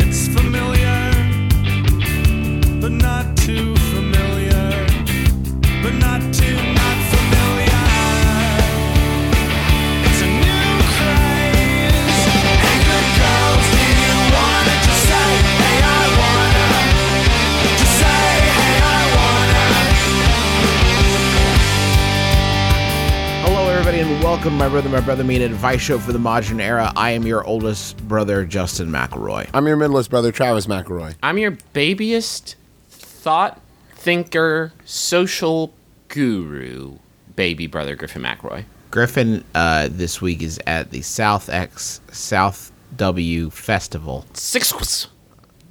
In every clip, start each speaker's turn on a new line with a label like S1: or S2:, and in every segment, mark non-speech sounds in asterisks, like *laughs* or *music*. S1: It's familiar, but not too familiar, but not too not familiar. It's a new craze. Hey, good girls, do you wanna just say, hey, I wanna? Just say, hey, I wanna.
S2: Hello, everybody, and welcome to My Brother, My Brother Me, an advice show for the modern era. I am your oldest brother, Justin McElroy.
S3: I'm your middleest brother, Travis McElroy.
S4: I'm your babyest thought thinker social guru, baby brother Griffin McRoy.
S2: Griffin uh, this week is at the South X South W Festival.
S4: Six.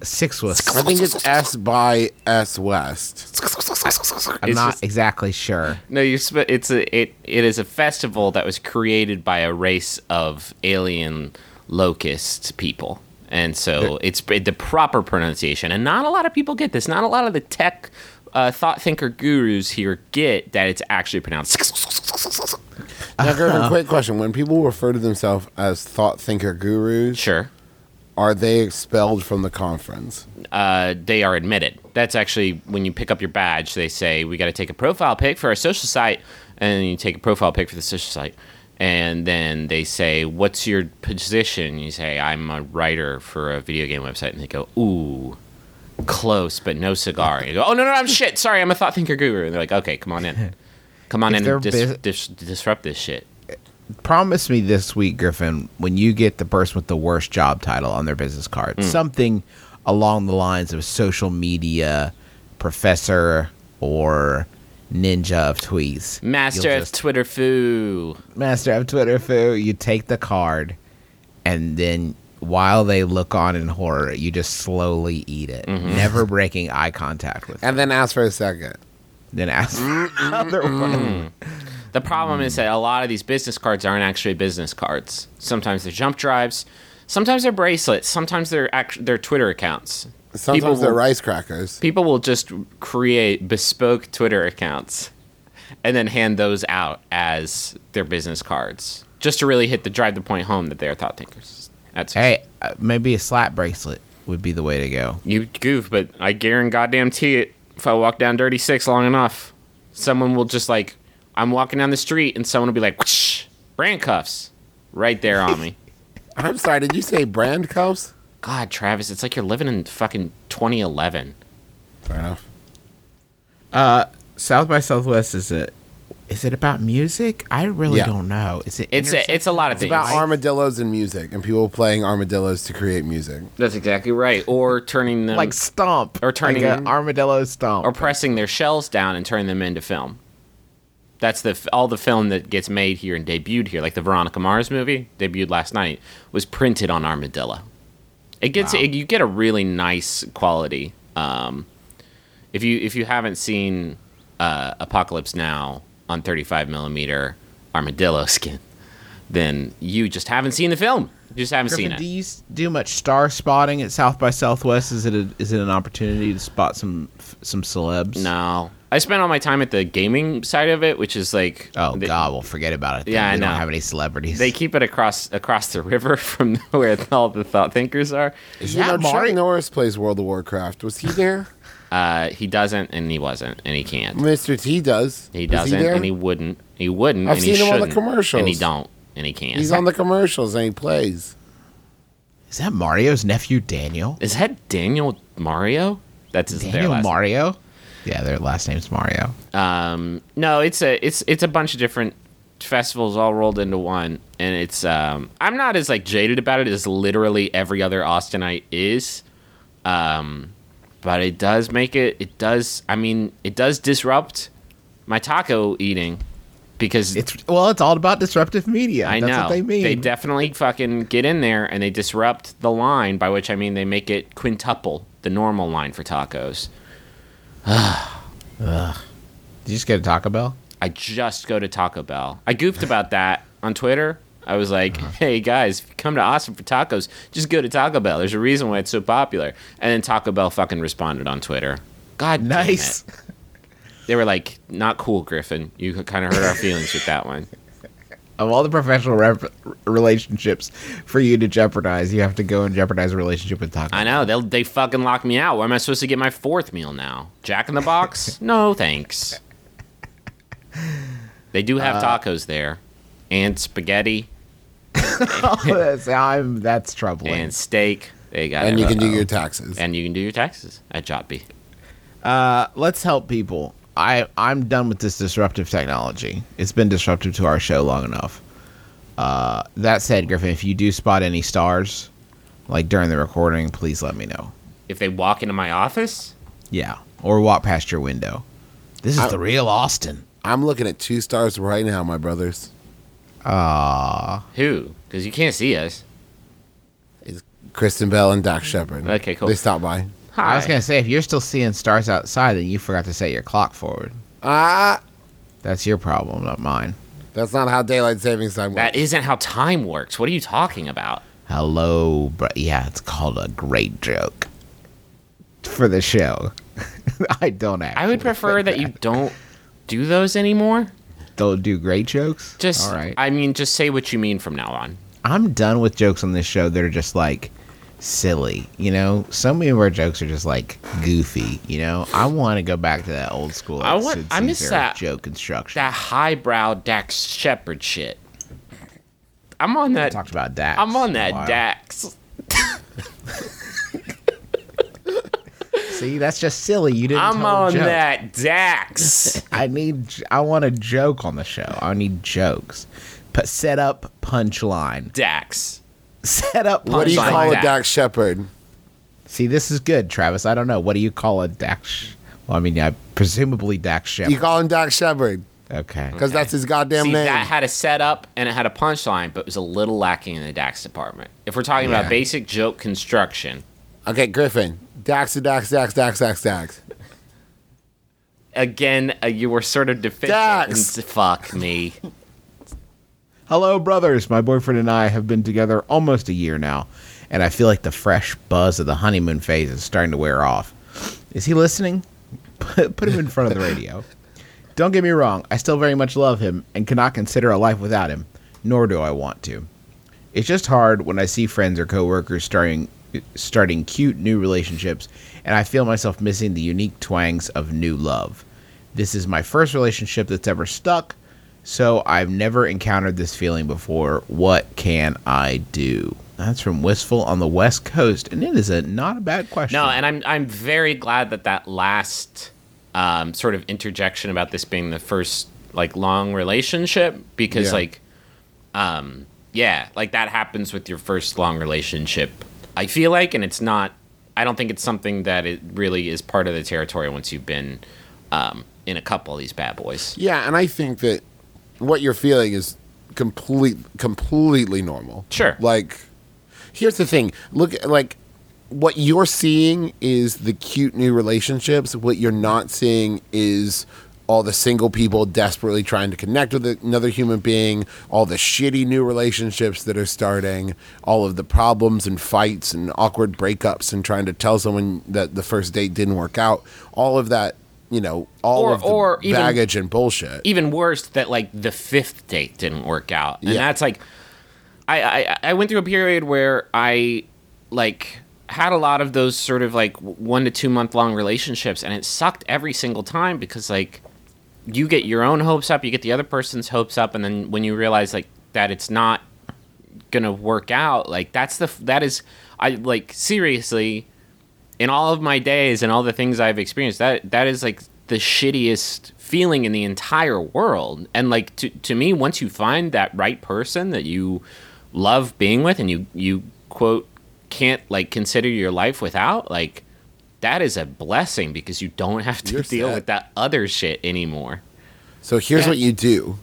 S2: Six was.
S3: I think it's S by S West.
S2: I'm
S4: It's
S2: not
S4: just-
S2: exactly sure.
S4: no, you. Sp- it's a it it is a festival that was created by a race of alien locust people, and so it's it's the proper pronunciation. And not a lot of people get this. Not a lot of the tech uh, thought thinker gurus here get that it's actually pronounced.
S3: Now, *laughs* Griffin, quick question. When people refer to themselves as thought thinker gurus,
S4: Sure.
S3: are they expelled from the conference?
S4: uh, they are admitted. That's actually when you pick up your badge, they say, We got to take a profile pic for our social site. And you take a profile pic for the social site. And then they say, What's your position? You say, I'm a writer for a video game website. And they go, Ooh, close, but no cigar. And you go, Oh, no, no, I'm shit. Sorry, I'm a thought thinker guru. And they're like, Okay, come
S2: *laughs*
S4: on in. Come on
S2: If
S4: in
S2: they're
S4: and dis-
S2: bus-
S4: dis- disrupt this shit.
S2: Promise me this week, Griffin, when you get the person with the worst job title on their business
S4: Hmm.
S2: card, something along the lines of social media professor or ninja of tweets. You'll
S4: Master of
S2: just-
S4: Twitter foo.
S2: master of Twitter foo, you take the card, and then while they look on in horror, you just slowly eat it,
S4: Mm-hmm.
S2: never breaking eye contact with. them.
S3: And then ask for a second.
S2: Then
S4: *laughs*
S2: ask another one.
S4: The problem is that a lot of these business cards aren't actually business cards. Sometimes they're jump drives, sometimes they're bracelets, sometimes they're act- they're Twitter accounts.
S3: Sometimes
S4: people
S3: they're
S4: will,
S3: rice crackers.
S4: People will just create bespoke Twitter accounts and then hand those out as their business cards, just to really hit the drive the point home that they're thought thinkers. That's
S2: Hey, uh, maybe a slap bracelet would be the way to go.
S4: you goof, but I guarantee goddamn tea it. If I walk down Dirty Six long enough, someone will just like I'm walking down the street and someone will be like, "Whoosh, brand cuffs," right there on me.
S3: I'm sorry, did you say brand cuffs?
S4: God, Travis, it's like you're living in fucking 2011.
S3: Fair enough.
S2: South by Southwest is it? Is it about music? I really
S3: Yeah.
S2: don't know. Is it?
S4: It's a,
S2: intersex-
S4: it's a lot of things.
S3: About armadillos and music, and people playing armadillos to create music.
S4: That's exactly right. Or turning them
S2: like stomp
S4: Or turning-
S2: like a armadillo stomp.
S4: or pressing their shells down and turning them into film. That's the f- all the film that gets made here and debuted here, like the Veronica Mars movie debuted last night was printed on armadillo. It gets it, you get a really nice quality. Um, if you if you haven't seen uh, Apocalypse Now on 35 millimeter armadillo *laughs* skin, then you just haven't seen the film. You just haven't
S2: Griffin,
S4: seen it.
S2: do you s- do much star spotting at South by Southwest? Is it a, is it an opportunity to spot some some celebs?
S4: no, I spent all my time at the gaming side of it, which is like
S2: Oh
S4: the-
S2: God, well forget about it. then.
S4: Yeah, I
S2: we
S4: know.
S2: don't have any celebrities.
S4: They keep it across across the river *laughs* from where all the thought thinkers are.
S3: You
S2: Yeah,
S3: know, Chuck
S2: Mari-
S3: Norris plays World of Warcraft. Was he *laughs* there?
S4: Uh, he doesn't, and he wasn't, and he can't.
S3: Mr. T does.
S4: He
S3: Was
S4: doesn't,
S3: there?
S4: and he wouldn't. He wouldn't,
S3: I've
S4: and he
S3: seen him on
S4: shouldn't.
S3: the commercials.
S4: and he don't, and he can't.
S3: He's on the commercials and he plays.
S2: Is that Mario's nephew Daniel?
S4: Is that Daniel Mario? That's his their
S2: Daniel
S4: last.
S2: Mario? Yeah, their last name's Mario.
S4: um, no, it's a it's it's a bunch of different festivals all rolled into one, and it's um, I'm not as like jaded about it as literally every other Austinite is. um, but it does make it it does i mean it does disrupt my taco eating because
S2: It's well, it's all about disruptive media.
S4: i
S2: That's
S4: know
S2: what they mean.
S4: definitely fucking get in there and they disrupt the line by which i mean they make it quintuple the normal line for tacos
S2: Did you just get a Taco Bell?
S4: I just go to Taco Bell. I goofed about that on Twitter. I was like,
S3: Uh-huh.
S4: hey guys, if you come to Austin for tacos, just go to Taco Bell. There's a reason why it's so popular. And then Taco Bell fucking responded on Twitter. God
S2: Nice.
S4: damn it. They were like, not cool, Griffin. You kind of hurt our feelings with that one.
S2: *laughs* Of all the professional rep- relationships for you to jeopardize, you have to go and jeopardize a relationship with Taco.
S4: I know they will they fucking lock me out. Where am I supposed to get my fourth meal now? Jack in the Box? no, thanks. They do have
S3: Uh,
S4: tacos there, and spaghetti
S2: Bell. *laughs* that's, I'm, *laughs* that's troubling.
S4: and steak. They got
S3: and you can do
S4: everything.
S3: your taxes.
S4: and you can do your taxes at Jotby.
S2: let's help people. I I'm done with this disruptive technology. It's been disruptive to our show long enough. Uh, that said, Griffin, if you do spot any stars, like during the recording, please let me know.
S4: If they walk into my office,
S2: Yeah, or walk past your window. This is the real Austin.
S3: I'm looking at two stars right now, my brothers.
S2: Ah,
S4: who? Because you can't see us.
S3: It's Kristen Bell and Doc Shepard.
S4: Okay, cool.
S3: They stopped by.
S4: Hi.
S2: I was gonna say if you're still seeing stars outside, then you forgot to set your clock forward.
S3: Ah,
S2: That's your problem, not mine.
S3: that's not how daylight savings time works.
S4: that isn't how time works. What are you talking about?
S2: Hello, bro. Yeah, it's called a great joke for the show. *laughs* I don't actually.
S4: I would prefer
S2: think
S4: that you don't do those anymore.
S2: They'll do great jokes.
S4: Just,
S2: all right. I,
S4: I mean, just say what you mean from now on.
S2: am done with jokes on this show that are just like silly. You know, so many of our jokes are just like goofy. You know, I want to go back to that old school.
S4: I
S2: like,
S4: want-
S2: Sid
S4: I miss
S2: Caesar
S4: that-
S2: joke construction.
S4: that highbrow Dax Shepard shit. I'm on that.
S2: Talked about Dax.
S4: I'm on
S2: for a
S4: that
S2: while.
S4: Dax.
S2: See, that's just silly. You didn't.
S4: I'm
S2: tell a
S4: on
S2: joke.
S4: that Dax.
S2: I need. I want a joke on the show. I need jokes. Put set up punchline.
S4: Dax.
S2: Set up punchline.
S3: what do you
S4: Something
S3: call
S4: like
S3: a
S4: that.
S3: Doc Shepard?
S2: See, this is good, Travis. I don't know. What do you call a Dax? Well, I mean, I presumably Dax Shepard.
S3: You call him Doc Shepard
S2: okay.
S3: because that's his goddamn
S4: See,
S3: name.
S4: that had a setup and it had a punchline, but it was a little lacking in the Dax department. If we're talking
S2: Yeah.
S4: about basic joke construction,
S3: okay, Griffin. Dax, Dax, Dax, Dax, Dax, Dax.
S4: again, uh, you were sort of deficient.
S3: Dax.
S4: And *laughs* fuck me.
S2: Hello, brothers. My boyfriend and I have been together almost a year now, and I feel like the fresh buzz of the honeymoon phase is starting to wear off. Is he listening? *laughs* Put put him in front of the radio. Don't get me wrong, I still very much love him and cannot consider a life without him, nor do I want to. It's just hard when I see friends or coworkers starting starting cute new relationships and I feel myself missing the unique twangs of new love. This is my first relationship that's ever stuck, so I've never encountered this feeling before. What can I do? That's from Wistful on the West Coast, and it is a not a bad question.
S4: No, and I'm I'm very glad that that last um, sort of interjection about this being the first like long relationship because
S3: Yeah.
S4: like um yeah like that happens with your first long relationship I feel like and it's not I don't think it's something that it really is part of the territory once you've been um, in a couple of these bad boys
S3: Yeah, and I think that what you're feeling is complete, completely normal.
S4: Sure.
S3: Like, here's the thing. Look, like, what you're seeing is the cute new relationships. What you're not seeing is all the single people desperately trying to connect with another human being, all the shitty new relationships that are starting, all of the problems and fights and awkward breakups and trying to tell someone that the first date didn't work out. All of that, you know, all
S4: Or-
S3: of the
S4: or even-
S3: baggage and bullshit.
S4: uh, even worse that like the fifth date didn't work out and
S3: Yeah.
S4: that's like I, I i went through a period where i like had a lot of those sort of like one to two month long relationships and it sucked every single time because like you get your own hopes up you get the other person's hopes up and then when you realize like that it's not gonna work out like that's the f- that is i like seriously in all of my days and all the things I've experienced, that that is like the shittiest feeling in the entire world. And like to to me, once you find that right person that you love being with and you you quote can't like consider your life without, like that is a blessing because you don't have to
S3: You're
S4: deal
S3: set.
S4: with that other shit anymore.
S3: So here's what you do.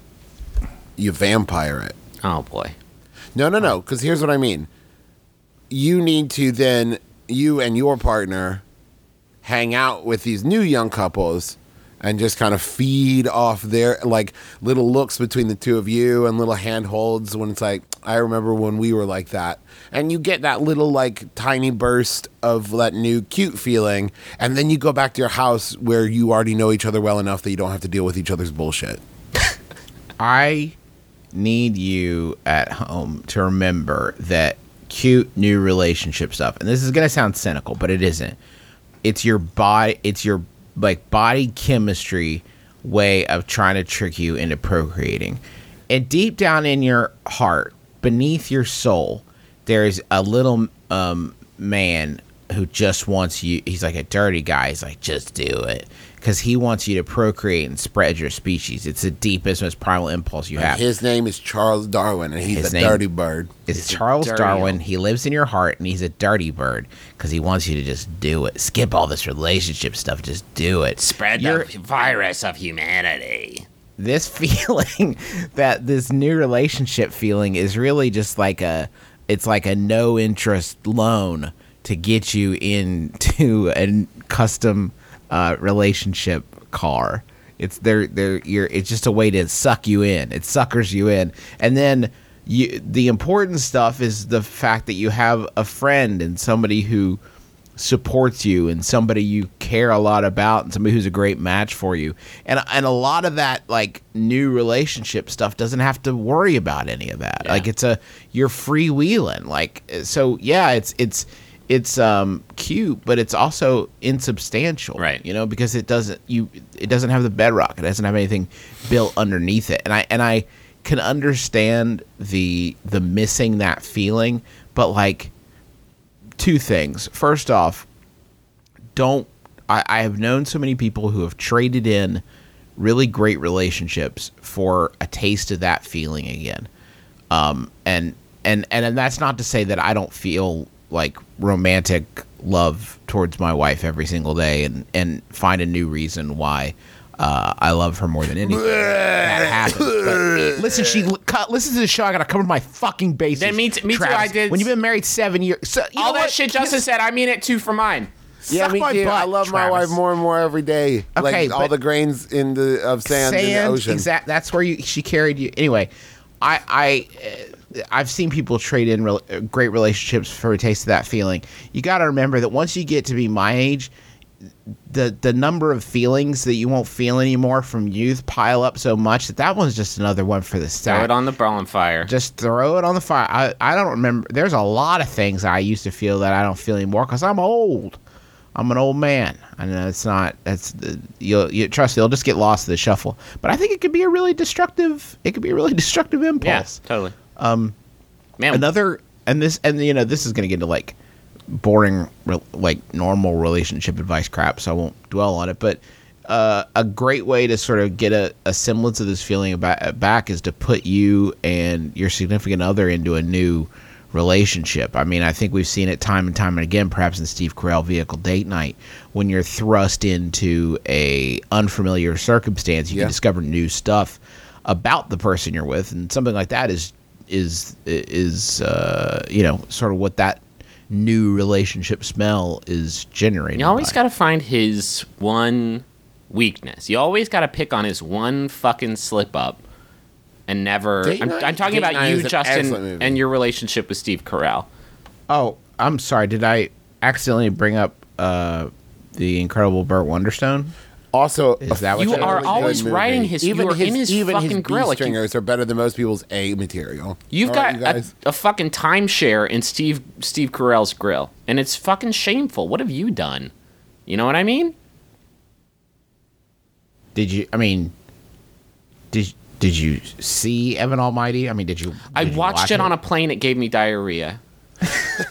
S3: You vampire it.
S4: Oh boy.
S3: No, no, no, cuz here's what I mean. You need to then you and your partner hang out with these new young couples and just kind of feed off their like little looks between the two of you and little handholds when it's like I remember when we were like that. And you get that little like tiny burst of that new cute feeling and then you go back to your house where you already know each other well enough that you don't have to deal with each other's bullshit.
S2: I need you at home to remember that cute new relationship stuff. And this is going to sound cynical, but it isn't. It's your body it's your like body chemistry way of trying to trick you into procreating. And deep down in your heart, beneath your soul, there's a little um man who just wants you he's like a dirty guy he's like just do it because he wants you to procreate and spread your species it's the deepest most primal impulse you have
S3: His name is Charles Darwin and he's
S2: His
S3: a
S2: name-
S3: dirty bird.
S2: it's charles
S4: dirty
S2: darwin
S4: old-
S2: he lives in your heart and he's a dirty bird because he wants you to just do it skip all this relationship stuff just do it
S4: Spread
S2: You're-
S4: the virus of humanity.
S2: this *laughs* feeling that this new relationship feeling is really just like a it's like a no interest loan to get you into a custom uh, relationship car. It's they're they're you're it's just a way to suck you in. It suckers you in, and then you the important stuff is the fact that you have a friend and somebody who supports you and somebody you care a lot about and somebody who's a great match for you. And and a lot of that like new relationship stuff doesn't have to worry about any of that. Like it's a you're freewheeling. Like so yeah, it's it's it's um cute, but it's also insubstantial.
S4: Right.
S2: You know, because it doesn't you it doesn't have the bedrock. It doesn't have anything built underneath it. And I and I can understand the the missing that feeling, but like two things. First off, don't I, I have known so many people who have traded in really great relationships for a taste of that feeling again. Um, and and and, and that's not to say that I don't feel like romantic love towards my wife every single day and and find a new reason why uh, I love her more than anything. that happens.
S4: *laughs*
S2: But listen, she cut. Listen to the show. I gotta cover my fucking bases.
S4: Then me t- me too,
S2: Travis.
S4: I did-
S2: When you've been married seven years, so, you
S4: All
S2: know
S4: that
S2: what?
S4: shit Justin said, I mean it too for mine.
S3: Yeah,
S2: Suck
S3: me
S2: my
S3: too. I
S2: butt,
S3: love my
S2: Travis.
S3: wife more and more every day.
S2: Okay,
S3: like all
S2: but-
S3: the grains in the of sand, in the ocean.
S2: Exact. That's where you, she carried you. Anyway, I I uh, I've seen people trade in rel uh, great relationships for a taste of that feeling. You got to remember that once you get to be my age, the the number of feelings that you won't feel anymore from youth pile up so much that that one's just another one for the stack.
S4: Throw it on the bonfire.
S2: just throw it on the fire. I, I don't remember. There's a lot of things I used to feel that I don't feel anymore because I'm old. I'm an old man. I know it's not. That's the- you'll you trust. me, You'll just get lost in the shuffle. But I think it could be a really destructive. It could be a really *laughs* destructive
S4: yeah,
S2: impulse.
S4: totally. Um, man,
S2: Another and this and you know this is going to get into like boring re- like normal relationship advice crap. So I won't dwell on it. But uh, a great way to sort of get a, a semblance of this feeling about, uh, back is to put you and your significant other into a new relationship. I mean, I think we've seen it time and time and again, perhaps in Steve Carell vehicle date night, when you're thrust into a unfamiliar circumstance, you
S3: Yeah.
S2: can discover new stuff about the person you're with, and something like that is is is uh, you know sort of what that new relationship smell is generated.
S4: you always
S2: by.
S4: got to find his one weakness. You always got to pick on his one fucking slip up and never.
S3: Date
S4: I'm,
S3: Night-
S4: I'm talking
S3: Date
S4: about
S3: Night
S4: you,
S3: is an excellent
S4: Justin,
S3: movie.
S4: and your relationship with Steve Carell.
S2: Oh, I'm sorry. Did I accidentally bring up uh, the Incredible Burt Wonderstone?
S3: Also, is
S2: that what
S4: You
S2: That's a
S4: are
S2: really good
S4: always writing his. you are in his fucking grill. Like, you,
S3: stringers are better than most people's A material.
S4: you've
S3: All
S4: got
S3: right, you
S4: a,
S3: guys.
S4: a fucking timeshare in Steve Steve Carell's grill, and it's fucking shameful. What have you done? You know what I mean?
S2: Did you? I mean, did did you see Evan Almighty? I mean, did you?
S4: I
S2: did you
S4: watched
S2: watch
S4: it on a plane. It gave
S2: *laughs*
S4: me diarrhea.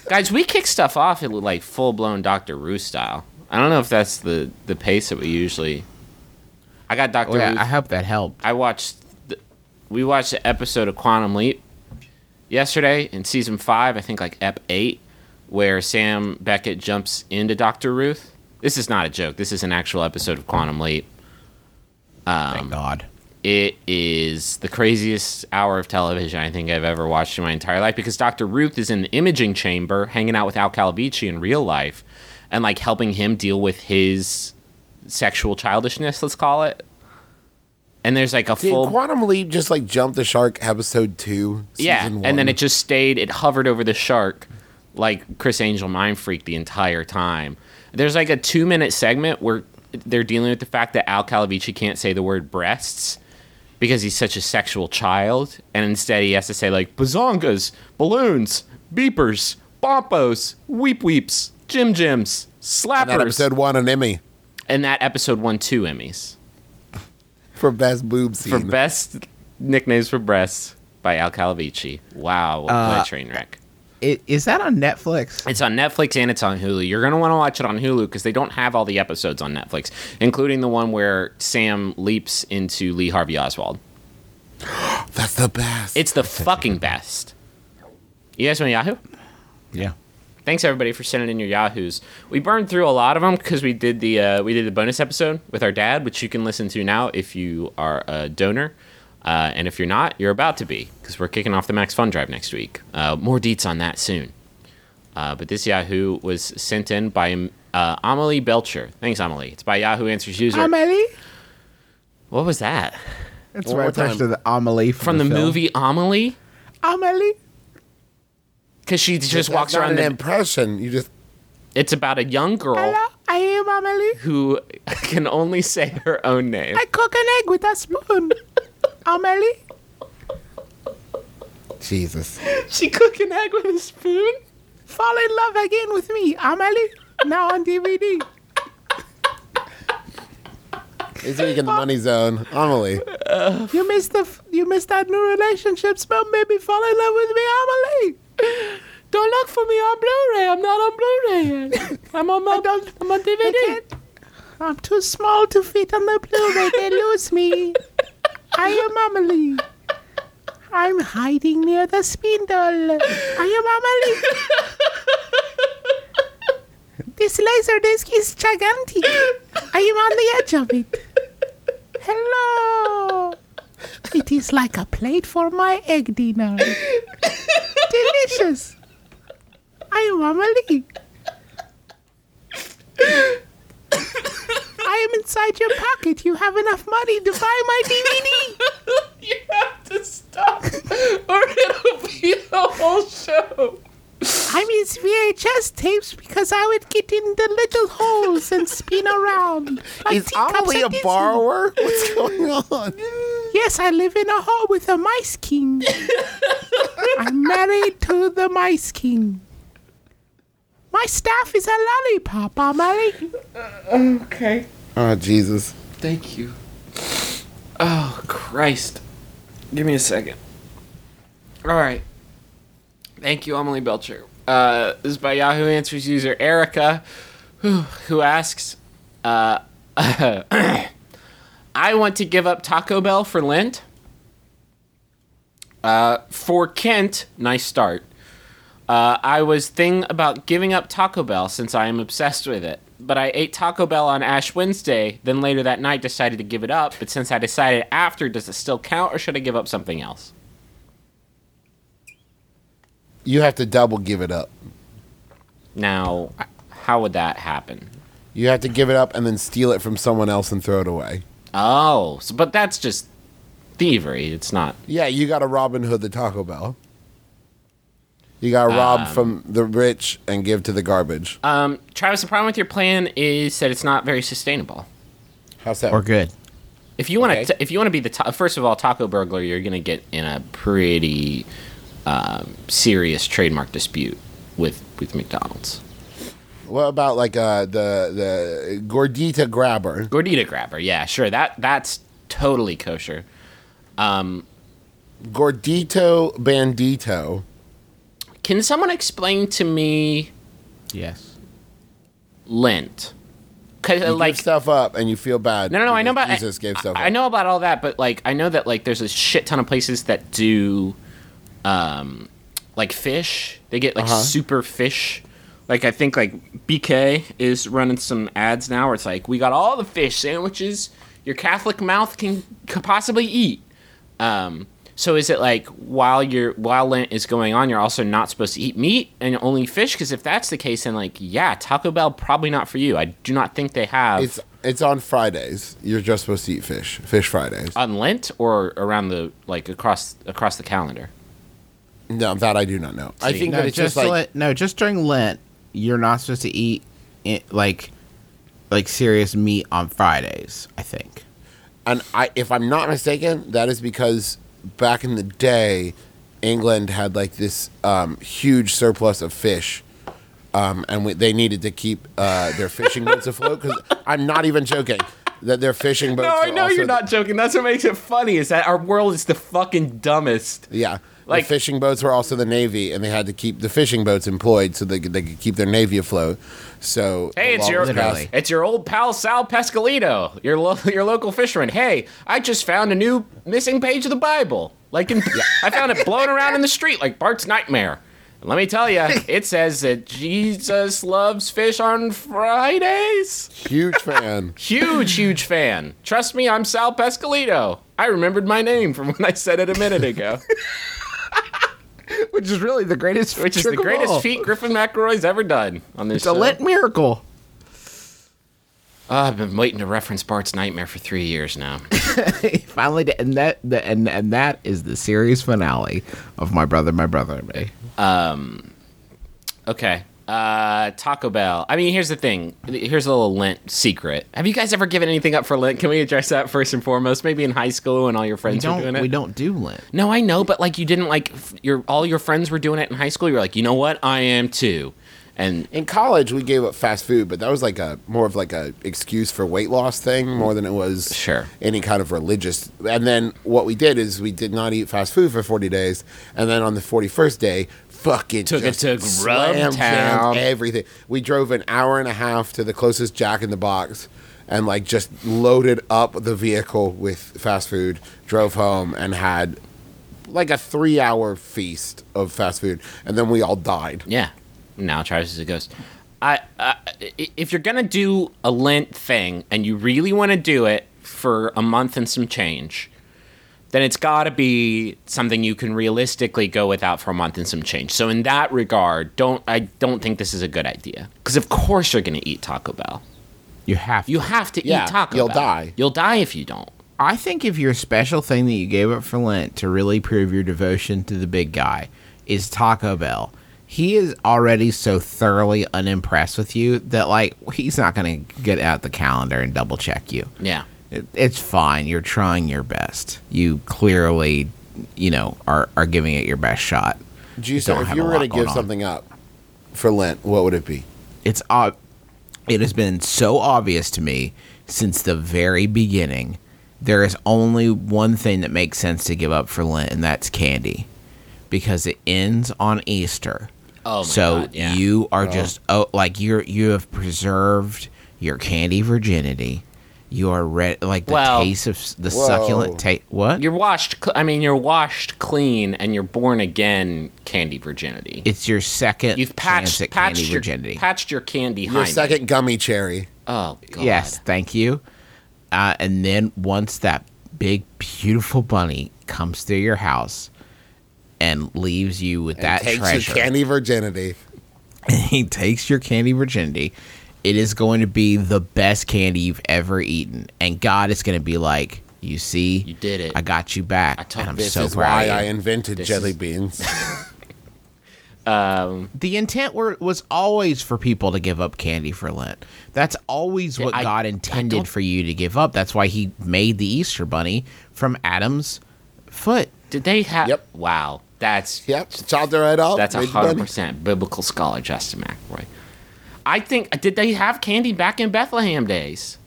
S4: Guys, we kick stuff off at like full blown Doctor Who style. I don't know if that's the the pace that we usually. I got Doctor
S2: Oh, yeah,
S4: Who.
S2: I hope that helped.
S4: I watched. The, we watched an episode of Quantum Leap yesterday in season five. I think like ep eight, where Sam Beckett jumps into Doctor Ruth. This is not a joke. This is an actual episode of Quantum Leap.
S2: Thank God.
S4: It is the craziest hour of television I think I've ever watched in my entire life because Dr. Ruth is in the imaging chamber hanging out with Al Calabici in real life and like helping him deal with his sexual childishness, let's call it. And there's like a
S3: Did
S4: full
S3: Quantum Leap just like jump the shark episode two?
S4: yeah,
S3: season
S4: and then
S3: one?
S4: it just stayed. It hovered over the shark, like Chris Angel Mind Freak the entire time. There's like a two minute segment where they're dealing with the fact that Al Calavici can't say the word breasts because he's such a sexual child, and instead he has to say like bazongas, balloons, beepers, bompos, weep weeps, jim jims, slappers,
S3: And that episode one an Emmy
S4: and that episode won two Emmys
S3: for best boob scene.
S4: for best nicknames for breasts by Al Calavici. Wow, what
S3: Uh,
S4: a train wreck!
S2: I- Is that on Netflix?
S4: It's on Netflix and it's on Hulu. You're going to want to watch it on Hulu because they don't have all the episodes on Netflix, including the one where Sam leaps into Lee Harvey Oswald.
S3: That's the best.
S4: It's the fucking best. You guys want Yahoo?
S2: Yeah.
S4: Thanks everybody for sending in your Yahoos. We burned through a lot of them because we did the uh, we did the bonus episode with our dad, which you can listen to now if you are a donor, uh, and if you're not, you're about to be because we're kicking off the Max Fun Drive next week. Uh, more deets on that soon. Uh, but this Yahoo was sent in by uh, Amelie Belcher. Thanks, Amelie. It's by Yahoo Answers user.
S2: Amelie?
S4: what was that
S2: That's
S3: One
S2: right
S3: more
S2: next
S3: time.
S2: to the Amelie from,
S4: from the,
S2: film.
S4: movie Amelie?
S2: Amelie.
S4: Because she just
S3: That's
S4: walks
S3: not
S4: around.
S3: an
S4: The,
S3: impression. You just
S4: it's about a young girl
S2: I am Amelie.
S4: who *laughs* can only say her own name.
S2: cook an egg with a
S4: *laughs*
S2: spoon. Amelie.
S3: Jesus.
S4: *laughs* She cook an egg with a spoon?
S2: Fall in love again with me, Amelie. Now on DVD.
S3: This week in the money zone, Amelie.
S2: You missed the f- you missed that new relationship spell, baby. Fall in love with me, Amelie.
S4: Don't look for me on Blu-ray. I'm not on Blu-ray yet. I'm on my I'm on DVD.
S2: I'm too small to fit on the Blu-ray. They lose me. I am Amelie. I'm hiding near the spindle. I am Amelie. This laser disc is gigantic. I am on the edge of it. Hello. It is like a plate for my egg dinner. Delicious. I am Amelie. I am inside your pocket. You have enough money to buy my DVD.
S4: You have to stop, or it'll be the whole show.
S2: I use VHS tapes because I would get in the little holes and spin around. like
S3: Is
S2: teacups
S3: Amelie
S2: at
S3: a
S2: Disney.
S3: borrower?
S2: *laughs*
S3: What's going *laughs* on?
S2: Yes, I live in a hole with a mice king.
S3: *laughs*
S2: I'm married to the mice king. My staff is a lollipop, Amelie.
S3: Oh Jesus.
S5: Thank you. Oh, Christ. Give me a second. All right. Thank you, Emily Belcher.
S4: Uh, this is by Yahoo Answers user Erica, who, who asks, *coughs* uh, "I want to give up Taco Bell for Lent." Uh, for Kent, nice start. Uh, I was thing about giving up Taco Bell since I am obsessed with it. But I ate Taco Bell on Ash Wednesday, then later that night decided to give it up. But since I decided after, does it still count or should I give up something else?
S3: You have to double give it up.
S4: Now, how would that happen?
S3: You have to give it up and then steal it from someone else and throw it away.
S4: Oh, so, but that's just thievery. It's not.
S3: Yeah, you got to Robin Hood the Taco Bell. You got to rob from the rich and give to the garbage.
S4: Um, Travis, the problem with your plan is that it's not very sustainable.
S3: How's that?
S2: good.
S4: If you want to,
S3: Okay.
S4: if you want to be the ta- first of all taco burglar, you're gonna get in a pretty um, serious trademark dispute with with McDonald's.
S3: What about like uh, the the gordita grabber?
S4: Gordita grabber, yeah, sure. That that's totally kosher.
S3: Gordito bandito.
S4: Can someone explain to me
S2: Yes.
S4: Lent? Cause uh,
S3: You
S4: like
S3: give stuff up and you feel bad.
S4: No, no, no. I know
S3: because
S4: about
S3: Jesus gave stuff.
S4: I, I
S3: up.
S4: know about all that, but like, I know that like, there's a shit ton of places that do, um, like fish. They get
S3: Uh-huh.
S4: like super fish. Like I think like BK is running some ads now where it's like we got all the fish sandwiches your Catholic mouth can could possibly eat. Um, So is it like while you're while Lent is going on, you're also not supposed to eat meat and only fish? Because if that's the case, then like yeah, Taco Bell probably not for you. I do not think they have
S3: It's it's on Fridays. You're just supposed to eat fish. Fish Fridays.
S4: on Lent or around the like across across the calendar.
S3: no, that I do not know. I
S4: See.
S3: think
S2: No,
S3: that it's
S2: just,
S3: just like
S2: Lent- no, just during Lent, you're not supposed to eat i like like serious meat on Fridays. I think.
S3: and I, if I'm not mistaken, that is because back in the day, England had like this um, huge surplus of fish, um, and we, they needed to keep uh, their fishing boats afloat. Because *laughs* I'm not even joking that their fishing boats.
S4: No, I
S3: were
S4: know
S3: also
S4: you're
S3: the-
S4: not joking. That's what makes it funny is that our world is the fucking dumbest.
S3: Yeah.
S4: Like-
S3: the fishing boats were also the navy, and they had to keep the fishing boats employed so they could, they could keep their navy afloat. So
S4: Hey, it's
S3: along
S4: your
S3: with that-
S2: Literally.
S4: it's your old pal Sal Pescolito, your lo- *laughs* your local fisherman. Hey, I just found a new missing page of the Bible. Like in, *laughs* I found it blown around in the street like Bart's nightmare. And let me tell you, it says that Jesus loves fish on Fridays.
S3: huge fan.
S4: Huge, huge fan. Trust me, I'm Sal Pescolito. I remembered my name from *laughs* when I said it a minute ago,
S2: Which is really the greatest.
S4: which is the
S2: trick of all.
S4: greatest feat Griffin McElroy's ever done on this
S2: It's a
S4: show.
S2: Lent miracle. *laughs*
S4: Ah, I've been waiting to reference Bart's nightmare for three years now.
S2: Finally, did- and that the, and and that is the series finale of My Brother, My Brother and Me.
S4: Okay. Uh, Taco Bell. I mean, here's the thing. Here's a little Lent secret. Have you guys ever given anything up for Lent? Can we address that first and foremost? Maybe in high school when all your
S2: We
S4: friends were doing
S2: don't
S4: it.
S2: we don't do Lent.
S4: No, I know, but like you didn't like f- your all your friends were doing it in high school. You're like, you know what? I am too. And
S3: In college, we gave up fast food, but that was like a more of like a excuse for weight loss thing more than it was
S4: Sure.
S3: any kind of religious. And then what we did is we did not eat fast food for 40 days, and then on the 41st day, fucking
S4: Took it
S3: just
S4: to
S3: slam
S4: Grubtown.
S3: jammed everything. We drove an hour and a half to the closest Jack in the Box. And like just loaded up the vehicle with fast food, drove home and had like a three hour feast of fast food. And then we all died.
S4: yeah, now Travis is a ghost. I, I i- if you're gonna do a Lent thing and you really want to do it for a month and some change, then it's got to be something you can realistically go without for a month and some change. So in that regard, don't I don't think this is a good idea because of course you're going to eat Taco Bell.
S2: You have
S4: You
S2: to.
S4: have to
S3: Yeah,
S4: eat Taco
S3: you'll
S4: Bell.
S3: die.
S4: You'll die if you don't.
S2: I think if your special thing that you gave up for Lent to really prove your devotion to the big guy is Taco Bell, he is already so thoroughly unimpressed with you that like he's not going to get out the calendar and double check you.
S4: Yeah.
S2: It, it's fine. You're trying your best. You clearly, you know, are are giving it your best shot.
S3: Juicer,
S2: don't
S3: if
S2: have
S3: you
S2: a
S3: were
S2: lot
S3: going to
S2: going
S3: give
S2: on.
S3: something up for Lent, what would it be?
S2: It's ob- it has been so obvious to me since the very beginning. There is only one thing that makes sense to give up for Lent, and that's candy, because it ends on Easter.
S4: Oh my
S2: so
S4: God, yeah.
S2: you are just oh, like you're you have preserved your candy virginity. You are re- like the
S4: Well-
S2: taste of s- the
S3: Whoa.
S2: succulent taste. What?
S4: You're washed cl- I mean, you're washed clean and you're born again candy virginity.
S2: it's your second.
S4: You've
S2: chance
S4: patched,
S2: at
S4: patched,
S2: candy
S4: your,
S2: virginity.
S4: patched your candy
S3: Your
S4: hymen.
S3: second gummy cherry.
S4: Oh, God.
S2: Yes, thank you. Uh, and then once that big, beautiful bunny comes through your house and leaves you with that
S3: takes
S2: treasure,
S3: your candy virginity.
S2: *laughs* he takes your candy virginity. It is going to be the best candy you've ever eaten, and God is going to be like, "You see,
S4: You did it.
S2: I got you back,
S4: I took-
S2: and I'm
S4: this
S2: so
S3: That's
S2: proud."
S3: why I
S2: of you."
S3: invented
S4: This
S3: jelly
S4: is-
S3: beans. *laughs*
S2: the intent were, was always for people to give up candy for Lent. That's always what
S4: I-
S2: God
S4: I
S2: intended
S4: don't-
S2: for you to give up. That's why He made the Easter bunny from Adam's foot.
S4: Did they have?
S3: Yep.
S4: Wow, that's
S3: yep, chopped it right off.
S4: that's a
S3: made the
S4: hundred
S3: bunny.
S4: percent biblical scholar Justin McRoy. I think did they have candy back in Bethlehem days?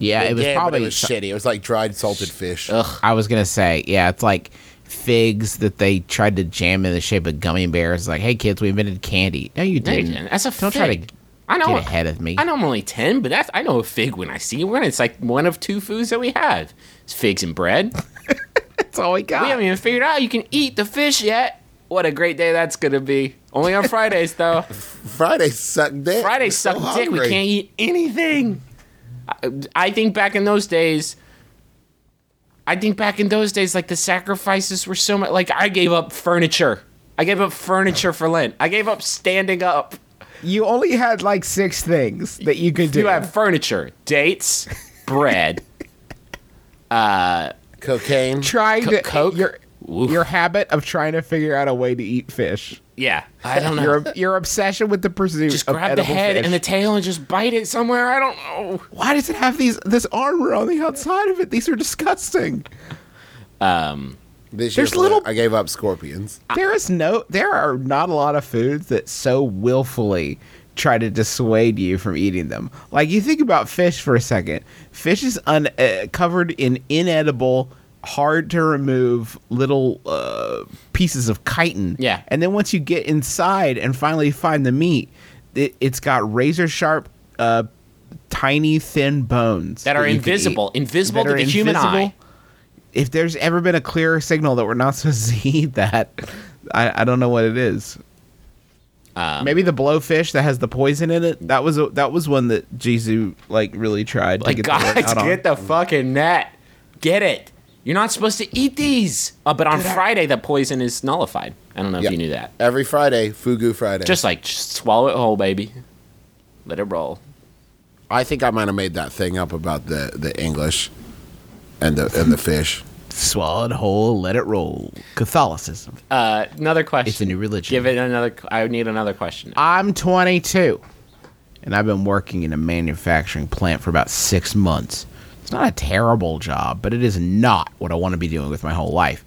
S2: Yeah, it was
S3: Yeah, but
S2: probably.
S3: it was shitty. It was like dried salted fish.
S2: I was gonna say, yeah, it's like figs that they tried to jam in the shape of gummy bears. Like, hey kids, we invented candy. No, you
S4: No, you
S2: didn't.
S4: didn't. That's a
S2: Mm. don't try
S4: fig.
S2: to
S4: I know
S2: get ahead of me.
S4: I know I'm only ten, but that's I know a fig when I see one. It's like one of two foods that we have: it's figs and bread.
S2: That's all we
S4: we
S2: got.
S4: haven't even figured out you can eat the fish yet. What a great day that's gonna be. Only on Fridays though.
S3: Friday sucked dick.
S4: Friday
S3: I'm so
S4: suck dick. We
S3: hungry.
S4: can't eat anything. I, I think back in those days, I think back in those days, like the sacrifices were so much. Like I gave up furniture. I gave up furniture for Lent. I gave up standing up.
S2: You only had like six things that you could do.
S4: You have furniture, dates, bread.
S3: Cocaine.
S2: trying
S4: Co-
S2: to
S4: Coke?
S2: your
S4: Oof.
S2: your habit of trying to figure out a way to eat fish.
S4: Yeah, I don't know.
S2: Your your obsession with the pursuit
S4: just
S2: of
S4: grab the
S2: edible
S4: head
S2: fish.
S4: and the tail and just bite it somewhere. I don't know.
S2: Why does it have these this armor on the outside of it? These are disgusting.
S3: This year,
S2: There's little-
S3: I gave up scorpions.
S2: There is no there are not a lot of foods that so willfully try to dissuade you from eating them. Like you think about fish for a second. Fish is un, uh, covered in inedible hard to remove little uh, pieces of chitin.
S4: Yeah.
S2: And then once you get inside and finally find the meat, it, it's got razor sharp uh, tiny thin bones
S4: That are
S2: you can eat.
S4: invisible, invisible to
S2: are
S4: the human eye.
S2: If there's ever been a clearer signal that we're not *laughs* supposed to eat that, I, I don't know what it is.
S4: Um,
S2: Maybe the blowfish that has the poison in it. That was a, that was one that Jizu like really tried
S4: Like
S2: to get the Mm. word
S4: guys,
S2: out on.
S4: *laughs* get the fucking net. Get it. You're not supposed to eat these. Uh, but on Friday, the poison is nullified. I don't know
S3: Yeah.
S4: if you knew that.
S3: Every Friday, Fugu Friday.
S4: Just like just swallow it whole, baby. Let it roll.
S3: I think I might have made that thing up about the, the English and the and the fish.
S2: Swallowed whole, let it roll. Catholicism.
S4: Uh, another question.
S2: It's a new religion.
S4: Give it another. I need another question.
S2: I'm 22, and I've been working in a manufacturing plant for about six months. It's not a terrible job, but it is not what I want to be doing with my whole life.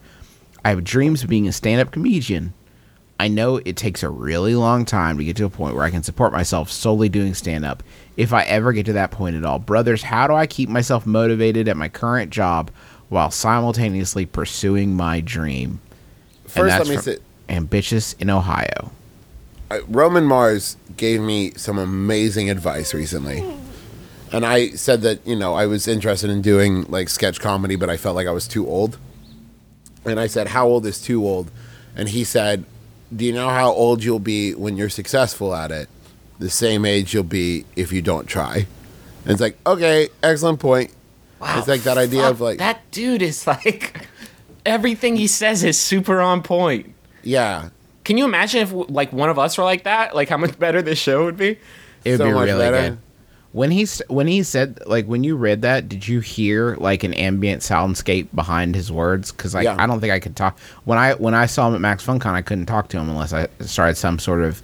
S2: I have dreams of being a stand up comedian. I know it takes a really long time to get to a point where I can support myself solely doing stand up if I ever get to that point at all. Brothers, how do I keep myself motivated at my current job while simultaneously pursuing my dream? And
S3: First, let
S2: that's
S3: me
S2: from
S3: say-
S2: Ambitious in Ohio.
S3: I- Roman Mars gave me some amazing advice recently. And I said that, you know, I was interested in doing like sketch comedy, but I felt like I was too old. And I said, How old is too old? And he said, Do you know how old you'll be when you're successful at it? The same age you'll be if you don't try. And it's like, okay, excellent point. it's like that idea of
S4: Fuck,
S3: like,
S4: that dude is like *laughs* everything he says is super on point.
S3: yeah,
S4: Can you imagine if like one of us were like that? Like how much better this show would be?
S2: It would
S3: so
S2: be
S3: much
S2: really
S3: better.
S2: good. When he s- when he said like when you read that, did you hear like an ambient soundscape behind his words? Because like
S3: Yeah.
S2: I don't think I could talk when I when I saw him at Max FunCon, I couldn't talk to him unless I started some sort of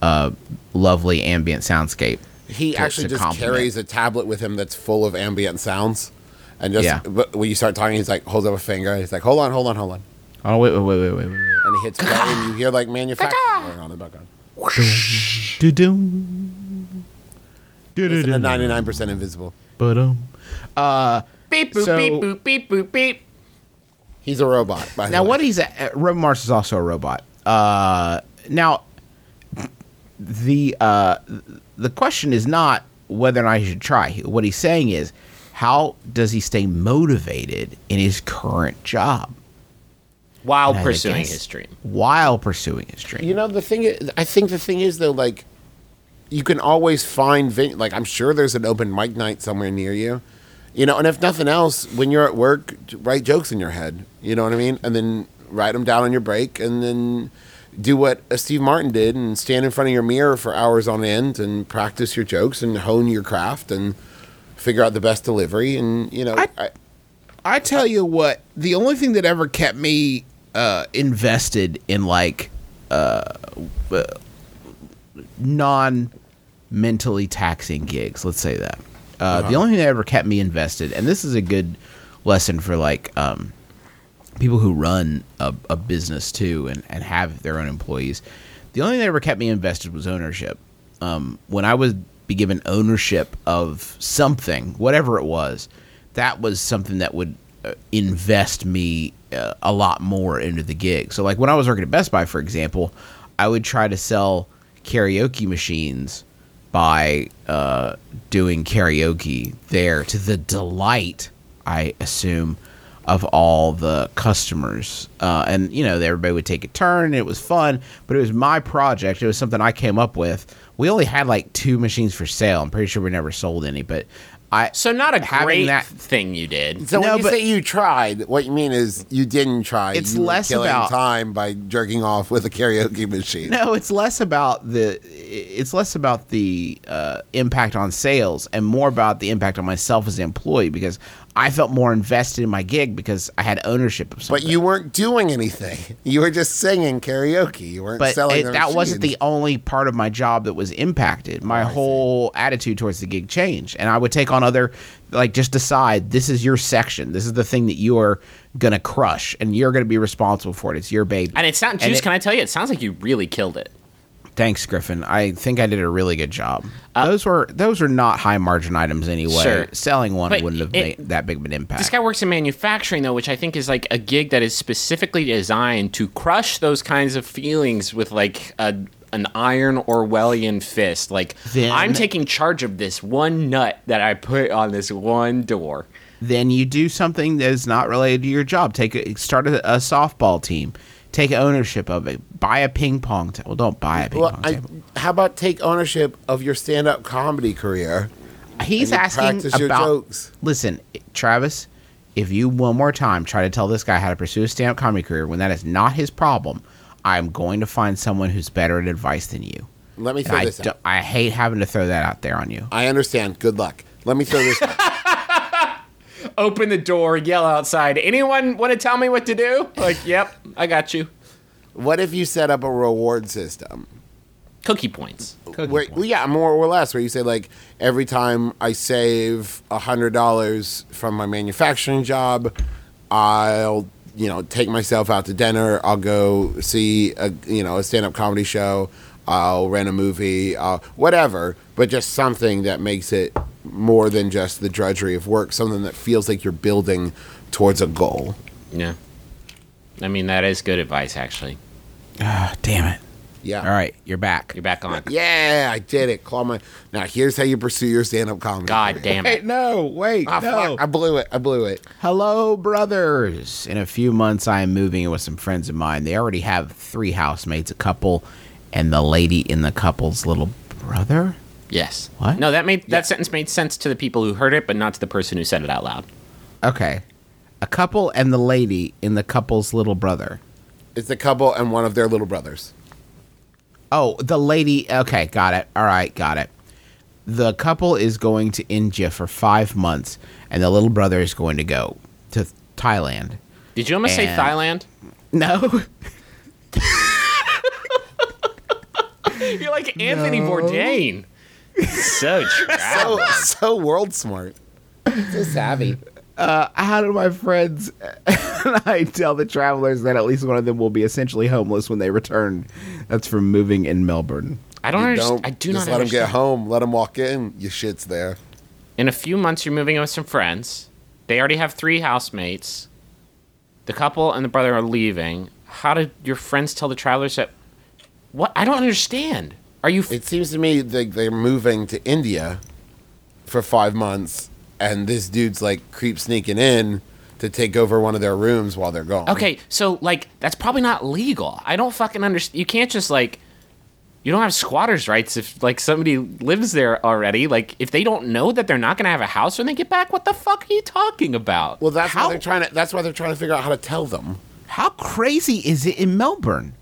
S2: uh, lovely ambient soundscape.
S3: he
S2: to-
S3: actually
S2: to
S3: just
S2: compliment.
S3: carries a tablet with him that's full of ambient sounds and just
S2: Yeah.
S3: but when you start talking he's like holds up a finger he's like hold on hold on hold on
S2: Oh wait wait wait wait wait. wait, wait.
S3: and he hits play and you hear like manufacturing going on in the background
S2: Doo-doom.
S3: it's
S2: Doo-doo-doo.
S3: 99% invisible
S2: Ba-dum.
S4: Beep boop
S2: So-
S4: beep boop beep boop beep.
S3: he's a robot by the
S2: Now,
S3: way.
S2: what he's a, uh, Roman Mars is also a robot. Uh, now, the uh, the question is not whether or not he should try. What he's saying is, how does he stay motivated in his current job
S4: While
S2: And I
S4: pursuing
S2: guess-
S4: his dream.
S2: while pursuing his dream?
S3: you know the thing is, i think the thing is though like you can always find vin- like i'm sure there's an open mic night somewhere near you you know and if nothing else when you're at work j- write jokes in your head you know what i mean and then write them down on your break and then do what uh, steve martin did and stand in front of your mirror for hours on end and practice your jokes and hone your craft and figure out the best delivery and you know
S2: I-
S3: I,
S2: I tell you what, the only thing that ever kept me uh, invested in like uh, non mentally taxing gigs, let's say that. Uh, The only thing that ever kept me invested, and this is a good lesson for like um, people who run a, a business too and, and have their own employees. The only thing that ever kept me invested was ownership. Um, when I was be given ownership of something, whatever it was, that was something that would uh, invest me uh, a lot more into the gig. So, like when I was working at Best Buy, for example, I would try to sell karaoke machines by uh, doing karaoke there to the delight, I assume, of all the customers. Uh, and, you know, everybody would take a turn. And it was fun, but it was my project. It was something I came up with. We only had like two machines for sale. I'm pretty sure we never sold any, but I
S4: So not a
S2: having
S4: great
S2: that-
S4: thing you did.
S3: So
S2: No,
S3: when you
S2: but-
S3: say you tried, what you mean is you didn't try.
S2: It's
S3: You were
S2: less
S3: killing
S2: about-
S3: time by jerking off with a karaoke
S2: *laughs*
S3: machine.
S2: No, it's less about the it's less about the uh, impact on sales and more about the impact on myself as an employee because I felt more invested in my gig because I had ownership of
S3: But
S2: something.
S3: you weren't doing anything. You were just singing karaoke. You weren't
S2: But
S3: selling.
S2: it-
S3: the
S2: that wasn't the
S3: machines. Oh,
S2: only part of my job that was impacted. My whole attitude towards the gig changed, and I would take on other, like just decide this is your section, this is the thing that you are gonna crush, and you're gonna be responsible for it. It's your baby.
S4: And it sounds,
S2: And
S4: Juice,
S2: it-
S4: can I tell you, it sounds like you really killed it.
S2: Thanks, Griffin. I think I did a really good job. those were those were not high margin items anyway.
S4: Uh, Sure.
S2: Selling one
S4: But
S2: wouldn't have
S4: it-
S2: made that big of an impact.
S4: This guy works in manufacturing, though, which I think is like a gig that is specifically designed to crush those kinds of feelings with like a, an iron Orwellian fist. Like,
S2: Then-
S4: I'm taking charge of this one nut that I put on this one door.
S2: then you do something that is not related to your job. Take a, start a, a softball team. Take ownership of it. Buy a ping pong table. Well, don't buy a ping
S3: Well,
S2: pong
S3: I,
S2: table.
S3: how about take ownership of your stand-up comedy career?
S2: He's
S3: and you
S2: asking
S3: practice
S2: about.
S3: your jokes.
S2: Listen, Travis, if you one more time try to tell this guy how to pursue a stand-up comedy career when that is not his problem, I'm going to find someone who's better at advice than you.
S3: Let me
S2: And
S3: throw
S2: I,
S3: this out.
S2: don't- I hate having to throw that out there on you.
S3: I understand. Good luck. Let me throw
S2: *laughs*
S3: this. out.
S4: Open the door, yell outside. Anyone want to tell me what to do? Like, *laughs* yep, I got you.
S3: What if you set up a reward system?
S4: Cookie points.
S3: Where, well, yeah, more or less, where you say like every time I save a hundred dollars from my manufacturing job, I'll you know take myself out to dinner. I'll go see a you know a stand up comedy show. I'll rent a movie. Uh, whatever, but just something that makes it more than just the drudgery of work. Something that feels like you're building towards a goal.
S4: Yeah. I mean, that is good advice, actually.
S2: Ah, damn it.
S3: Yeah.
S2: All right, you're back.
S4: You're back on.
S3: Yeah, I did it. Claw my. Now here's how you pursue your stand up comedy.
S4: God
S3: career.
S4: damn it.
S2: no, wait,
S3: Ah, fuck, I blew it. I blew it.
S2: Hello, brothers. In a few months, I am moving in with some friends of mine. They already have three housemates, a couple, and the lady in the couple's little brother.
S4: Yes.
S2: What?
S4: No, that made that sentence made sense to the people who heard it, but not to the person who said it out loud.
S2: Okay, a couple and the lady in the couple's little brother.
S3: It's the couple and one of their little brothers.
S2: Oh, the lady. Okay, got it. All right, got it. The couple is going to India for five months, and the little brother is going to go to Thailand. *laughs*
S4: Did you almost say
S2: And-
S4: Thailand?
S2: No.
S4: You're like Anthony Bourdain.
S3: *laughs*
S4: So trash.
S3: Oh, so world smart. So savvy.
S2: how do my friends *laughs* and I tell the travelers that at least one of them will be essentially homeless when they return? That's from moving in Melbourne.
S4: I don't understand. I do
S3: just
S4: not
S3: let them get
S4: understand.
S3: home. Let them walk in. Your shit's there.
S4: In a few months, you're moving in with some friends. They already have three housemates. The couple and the brother are leaving. How did your friends tell the travelers that? What? I don't understand. Are you? F-
S3: It seems to me they, they're moving to India for five months, and this dude's like creep sneaking in to take over one of their rooms while they're gone.
S4: okay, so like that's probably not legal. I don't fucking understand. You can't just like. You don't have squatters' rights if like somebody lives there already. Like if they don't know that they're not gonna have a house when they get back, what the fuck are you talking about?
S3: Well, that's
S2: How-
S3: why they're trying to. That's why they're trying to figure out how to tell them.
S2: How crazy is it in Melbourne?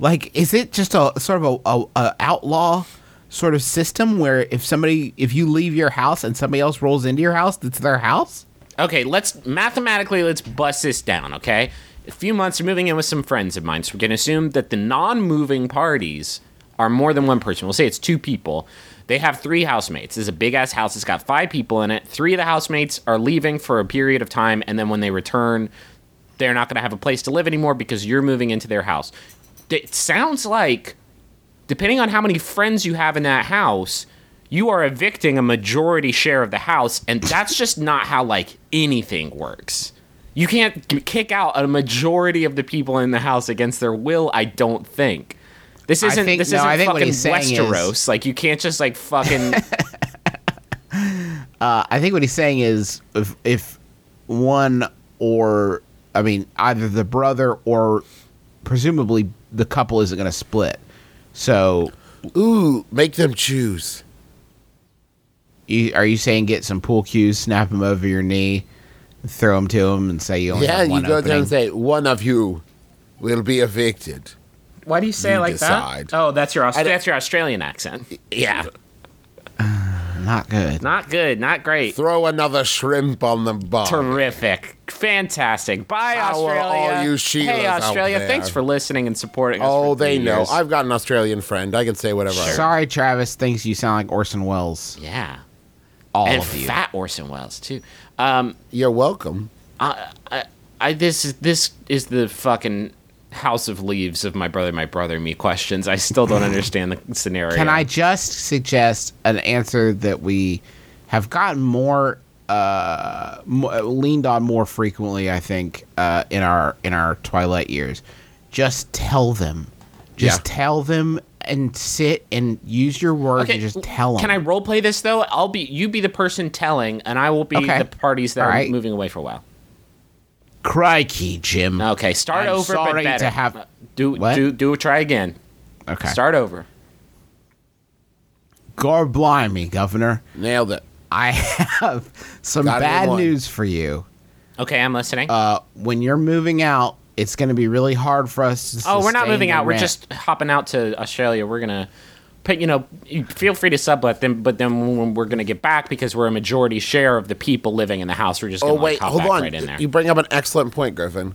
S2: Like, is it just a sort of a, a, a outlaw sort of system where if somebody, if you leave your house and somebody else rolls into your house, that's their house?
S4: okay, let's mathematically let's bust this down, okay? A few months you're moving in with some friends of mine, so we can assume that the non-moving parties are more than one person. We'll say it's two people. They have three housemates. This is a big ass house. It's got five people in it. Three of the housemates are leaving for a period of time, and then when they return, they're not going to have a place to live anymore because you're moving into their house. It sounds like, depending on how many friends you have in that house, you are evicting a majority share of the house, and that's just not how like anything works. You can't g- kick out a majority of the people in the house against their will. I don't think. This isn't.
S2: think-
S4: this
S2: no, I
S4: isn't
S2: think what
S4: fucking
S2: he's saying is-
S4: Westeros. like you can't just like fucking.
S2: I think what he's saying is if, if one or, I mean, either the brother or presumably the couple isn't going to split. So
S3: Ooh, make them choose.
S2: You, are you saying get some pool cues, snap them over your knee, throw them to him, and say you
S4: Oh,
S2: only
S3: yeah,
S2: have
S3: you
S2: one
S3: go there
S2: opening?
S3: and say, one of you will be evicted.
S6: Why do you say
S3: You
S6: it like
S3: decide.
S6: that? Oh, that's your Australian.
S4: That's your Australian accent.
S3: Yeah.
S2: Not good.
S4: Not good. Not great.
S3: Throw another shrimp on the bar.
S4: Terrific. Fantastic. Bye,
S3: How are
S4: Australia.
S3: all you Sheilas
S4: hey,
S3: out
S4: Australia.
S3: there?
S4: Thanks for listening and supporting us.
S3: Oh,
S4: for three
S3: they know.
S4: years.
S3: I've got an Australian friend. I can say whatever I want.
S2: Sorry, Travis thinks you sound like Orson Welles.
S4: Yeah.
S2: All
S4: and
S2: of you.
S4: fat Orson Welles, too. Um,
S3: You're welcome.
S4: I, this is this is the fucking house of leaves of my brother, my brother, me questions. I
S2: *laughs*
S4: still don't understand the scenario.
S2: Can I just suggest an answer that we have gotten more uh, mo- leaned on more frequently? I think uh, in our in our twilight years, just tell them, just
S3: Yeah.
S2: tell them, and sit and use your words
S4: Okay,
S2: and just tell them.
S4: Can I role play this though? I'll be you be the person telling, and I will be
S2: Okay.
S4: the parties that
S2: All
S4: are
S2: right.
S4: moving away for a while.
S2: Crikey, Jim.
S4: Okay, start
S2: I'm
S4: over.
S2: sorry
S4: but
S2: to
S4: better.
S2: have-
S4: Uh, do
S2: What?
S4: do do try again.
S2: Okay.
S4: Start over.
S2: Gar blimey, Governor.
S3: Nailed it.
S2: I *laughs* have some
S3: Got it in
S2: bad
S3: one.
S2: news for you.
S4: Okay, I'm listening.
S2: Uh, when you're moving out, it's going to be really hard for us to.
S4: oh, we're not
S2: sustain
S4: moving
S2: the
S4: out. We're
S2: rent.
S4: just hopping out to Australia. We're gonna, put, you know, you feel free to sublet them, but then when we're gonna get back because we're a majority share of the people living in the house. We're just
S3: Oh
S4: gonna like,
S3: wait,
S4: hop
S3: hold
S4: back
S3: on.
S4: right in there.
S3: You bring up an excellent point, Griffin.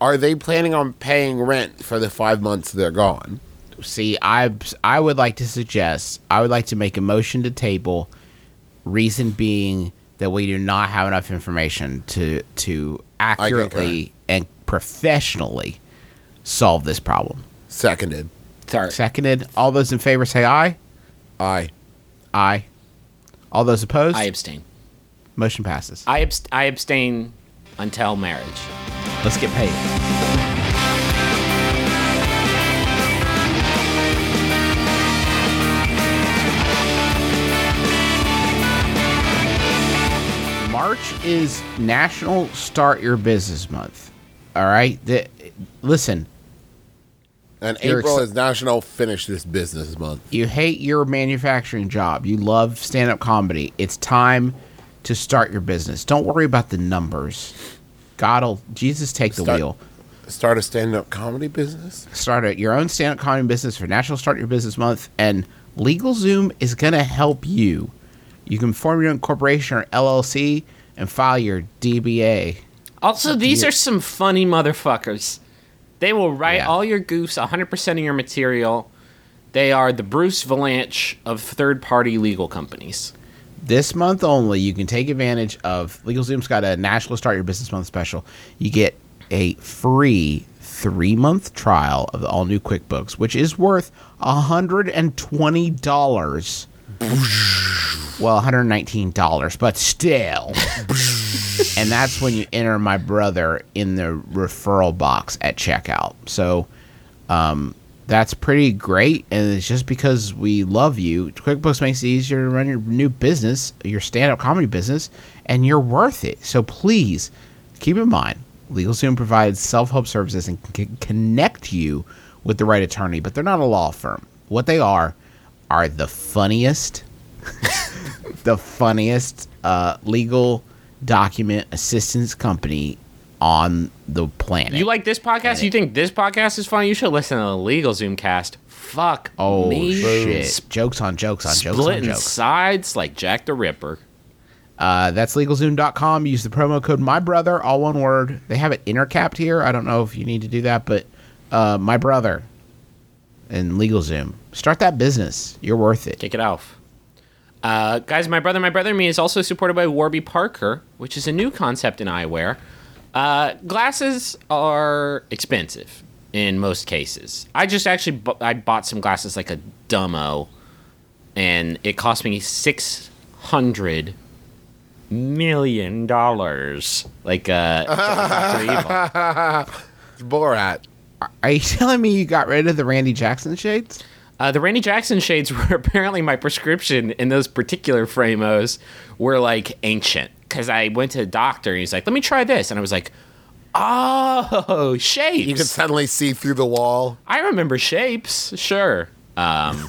S3: Are they planning on paying rent for the five months they're gone?
S2: See, I I would like to suggest. I would like to make a motion to table. Reason being that we do not have enough information to to accurately and professionally solve this problem.
S3: Seconded.
S4: Sorry.
S2: Seconded. All those in favor say aye.
S3: Aye.
S2: Aye. All those opposed?
S4: I abstain.
S2: Motion passes.
S4: I abst- I abstain until marriage.
S2: Let's get paid. March is National Start Your Business Month. All right. The, listen,
S3: And
S2: You're
S3: April
S2: exci-
S3: is National Finish This Business Month.
S2: you hate your manufacturing job. You love stand up comedy. It's time to start your business. Don't worry about the numbers. God'll Jesus take the
S3: Start-
S2: wheel.
S3: Start a stand-up comedy business.
S2: start a, your own stand-up comedy business for National Start Your Business Month, and LegalZoom is going to help you. You can form your own corporation or LLC and file your DBA.
S4: Also, these are some funny motherfuckers. They will write
S2: Yeah.
S4: all your goofs, 100% of your material. They are the Bruce Valanche of third party legal companies.
S2: This month only, you can take advantage of LegalZoom's got a National Start Your Business Month special. You get a free three-month trial of the all-new QuickBooks, which is worth $120. well, $119, but still. and that's when you enter my brother in the referral box at checkout. So um, that's pretty great, and it's just because we love you. QuickBooks makes it easier to run your new business, your stand-up comedy business, and you're worth it. So please keep in mind, LegalZoom provides self-help services and can connect you with the right attorney, but they're not a law firm. What they are are the funniest *laughs* the funniest uh, legal document assistance company on the planet.
S4: You like this podcast? You think this podcast is funny? You should listen to the Legal Zoom cast. Fuck.
S2: oh
S4: me.
S2: shit!
S4: Sp-
S2: jokes on jokes on jokes on
S4: splitting
S2: jokes.
S4: sides like Jack the Ripper.
S2: Uh, that's legalzoom.com. Use the promo code my brother, all one word. They have it intercapped here. I don't know if you need to do that, but uh, my brother and LegalZoom. Start that business. You're worth it.
S4: Kick it off. Uh, guys, my brother, my brother, me is also supported by Warby Parker, which is a new concept in eyewear. Uh, glasses are expensive in most cases. I just actually bu- I bought some glasses like a dumbo, and it cost me six hundred million dollars. Like uh, *laughs* Dr. Evil.
S3: It's Borat.
S2: Are you *laughs* telling me you got rid of the Randy Jackson shades?
S4: Uh, the Randy Jackson shades *laughs* were apparently my prescription in those particular framos were like ancient because I went to the doctor and he's like, "Let me try this," and I was like, "Oh, shapes!
S3: You can suddenly see through the wall.
S4: I remember shapes, sure." Um,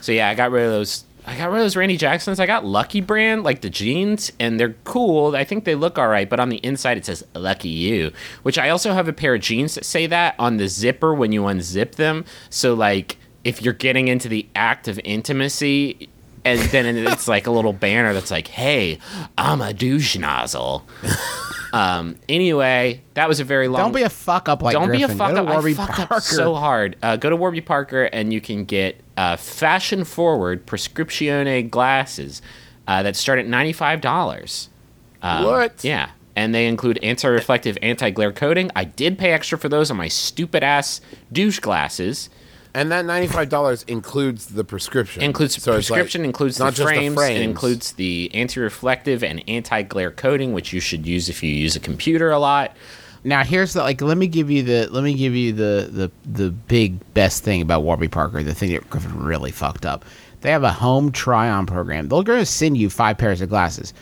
S4: so yeah, I got rid of those I got rid of those Randy Jacksons. I got Lucky brand, like the jeans, and they're cool. I think they look all right, but on the inside it says Lucky You, which I also have a pair of jeans that say that on the zipper when you unzip them. So, like, if you're getting into the act of intimacy, and then it's like a little banner that's like, hey, I'm a douche nozzle. um, anyway, that was a very long
S2: Don't be a fuck up like
S4: Um, don't
S2: Griffin.
S4: be a
S2: Go
S4: fuck
S2: to
S4: up. I
S2: Warby
S4: fucked
S2: Parker.
S4: up so hard. Uh, go to Warby Parker and you can get uh, fashion forward prescriptione glasses uh, that start at ninety five dollars. Um,
S3: what?
S4: Yeah, and they include anti reflective, anti glare coating. I did pay extra for those on my stupid ass douche glasses.
S3: And that ninety-five dollars includes the prescription.
S4: Includes
S3: So it's like-
S4: prescription, includes the
S3: not just
S4: frames,
S3: frames.
S4: it includes the anti reflective and anti glare coating, which you should use if you use a computer a lot.
S2: Now here's the like. Let me give you the. Let me give you the the the big best thing about Warby Parker. The thing that Griffin really fucked up. They have a home try-on program. They're going to send you five pairs of glasses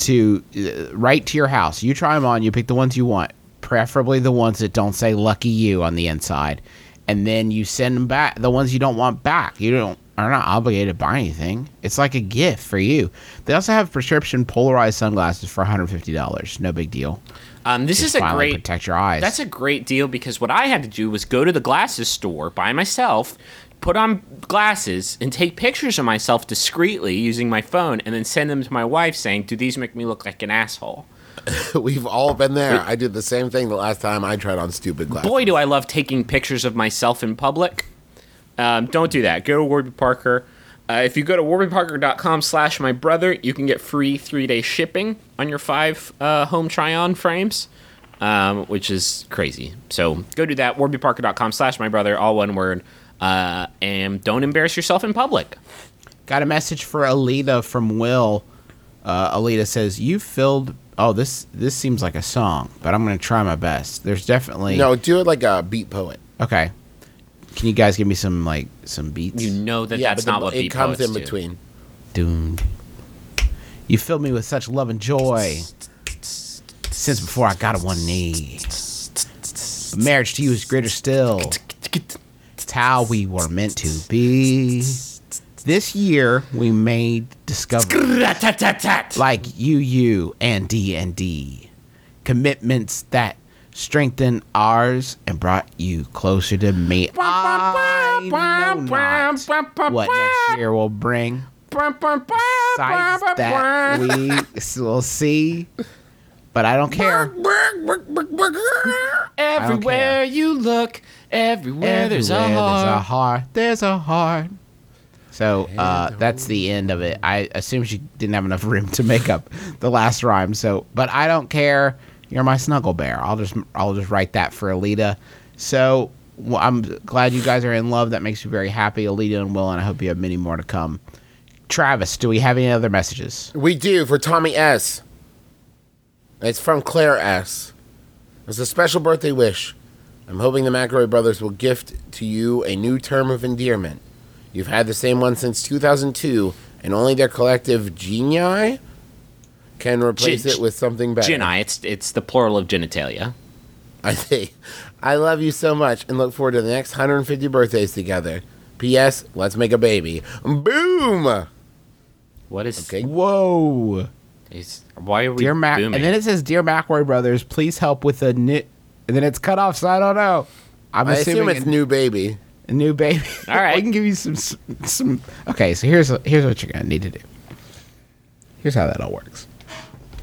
S2: to uh, right to your house. You try them on. You pick the ones you want, preferably the ones that don't say "Lucky You" on the inside, and then you send them back. The ones you don't want back. You don't are not obligated to buy anything. It's like a gift for you. They also have prescription polarized sunglasses for $150. No big deal.
S4: Um, this is a
S2: Finally,
S4: great
S2: protect your eyes.
S4: That's a great deal because what I had to do was go to the glasses store by myself, put on glasses, and take pictures of myself discreetly using my phone, and then send them to my wife saying, "Do these make me look like an asshole?"
S3: *laughs* We've all been there. I did the same thing the last time I tried on stupid glasses.
S4: Boy, do I love taking pictures of myself in public. Um, don't do that. Go to Warby Parker. Uh, if you go to warbyparker.com slash my brother, you can get free three-day shipping on your five uh, home try-on frames, um, which is crazy. So go do that, warbyparker.com slash my brother, all one word, uh, and don't embarrass yourself in public.
S2: Got a message for Alita from Will. Uh, Alita says, "You filled." Oh, this this seems like a song, but I'm gonna try my best. There's definitely
S3: no, do it like a beat poet.
S2: Okay, can you guys give me some like some beats?
S4: You know that that's
S3: but
S4: not
S3: the-
S4: what
S3: it
S4: beat
S3: comes
S4: poets
S3: in
S4: do.
S3: between.
S2: Doomed. You filled me with such love and joy since before I got on one knee. But marriage to you is greater still. It's how we were meant to be. This year we made discovery.
S4: Rat-tat-tat-tat.
S2: like UU and D and D. Commitments that strengthened ours and brought you closer to me. I know not what next year will bring. Sights that we will see, but I don't care.
S4: Everywhere you look, everywhere, there's a
S2: Everywhere
S4: heart.
S2: There's a heart. There's a heart. So uh, that's the end of it. I assume she didn't have enough room to make up the last rhyme. So, but I don't care. You're my snuggle bear. I'll just I'll just write that for Alita. So well, I'm glad you guys are in love. That makes me very happy, Alita and Will, and I hope you have many more to come. Travis, do we have any other messages?
S3: We do for Tommy S. It's from Claire S. It's a special birthday wish. I'm hoping the McElroy brothers will gift to you a new term of endearment. You've had the same one since 2002, and only their collective genii can replace
S4: Gen-
S3: it with something better.
S4: Geni, it's it's the plural of genitalia.
S3: *laughs* I see. I love you so much and look forward to the next 150 birthdays together. P.S. Let's make a baby. Boom!
S4: What is?
S3: Okay.
S2: Whoa.
S4: Is, why are we
S2: Dear Mac,
S4: booming?
S2: and then it says, "Dear McRoy Brothers, please help with a new." And then it's cut off, so I don't know. I'm
S3: I
S2: assuming
S3: assume it's new baby.
S2: a new baby.
S4: *laughs* All right.
S2: *laughs* we can give you some s- some. Okay, so here's here's what you're gonna need to do. Here's how that all works.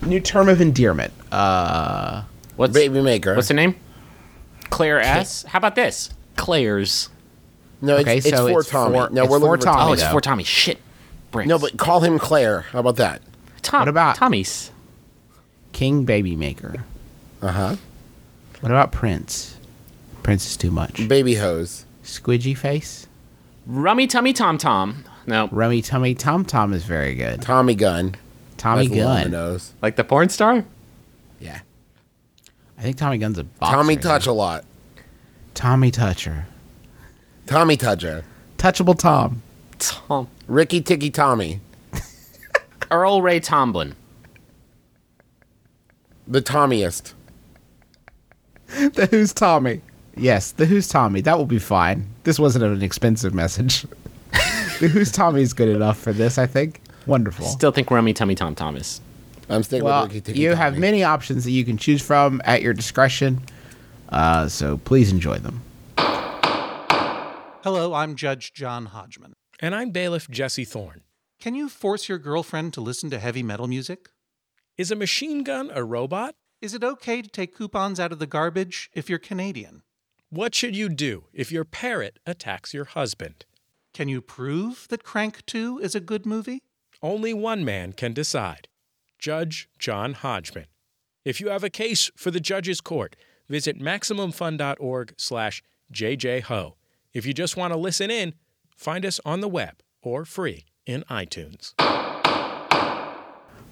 S2: New term of endearment. Uh,
S4: what's
S3: Baby maker.
S4: what's her name? Claire S. How about this? Claire's.
S3: No, it's,
S2: Okay,
S3: it's
S2: so
S3: for
S2: it's
S3: Tommy.
S2: for-
S3: no,
S2: it's
S3: we're
S2: for
S3: looking for Tommy.
S4: Oh,
S2: Tommy.
S4: it's
S2: know.
S4: for Tommy. Shit. Bricks.
S3: No, but call him Claire. How about that?
S4: Tom,
S2: What about-
S4: Tommy's?
S2: King Baby Maker.
S3: Uh
S2: Uh-huh.
S3: huh.
S2: What about Prince? Prince is too much.
S3: Baby hose.
S2: Squidgy face.
S4: Rummy tummy tom tom. No,
S2: Rummy tummy tom tom is very good.
S3: Tommy gun.
S2: Tommy
S3: That's Lana
S2: Gunn.
S3: knows.
S4: like the porn star.
S3: Yeah.
S2: I think Tommy Gunn's a boxer.
S3: Tommy
S2: though.
S3: touch a lot.
S2: Tommy Toucher.
S3: Tommy toucher.
S2: Touchable Tom.
S4: Tom.
S3: Ricky Ticky Tommy.
S4: Earl Ray Tomlin.
S3: The Tommiest.
S2: *laughs* The Who's Tommy. Yes, the Who's Tommy. That will be fine. This wasn't an expensive message. *laughs* Who's Tommy's good enough for this? I think wonderful.
S4: Still think Rummy Tummy Tom Thomas.
S3: I'm sticking
S2: well,
S3: with Ricky Tikki
S2: you have
S3: Tavi.
S2: many options that you can choose from at your discretion. Uh, so please enjoy them.
S6: Hello, I'm Judge John Hodgman.
S7: And I'm bailiff Jesse Thorne.
S6: Can you force your girlfriend to listen to heavy metal music?
S7: Is a machine gun a robot?
S6: Is it okay to take coupons out of the garbage if you're Canadian?
S7: What should you do if your parrot attacks your husband?
S6: Can you prove that Crank 2 is a good movie?
S7: Only one man can decide Judge John Hodgman. If you have a case for the judge's court, visit MaximumFun.org slash JJHo. If you just want to listen in, find us on the web or free in iTunes.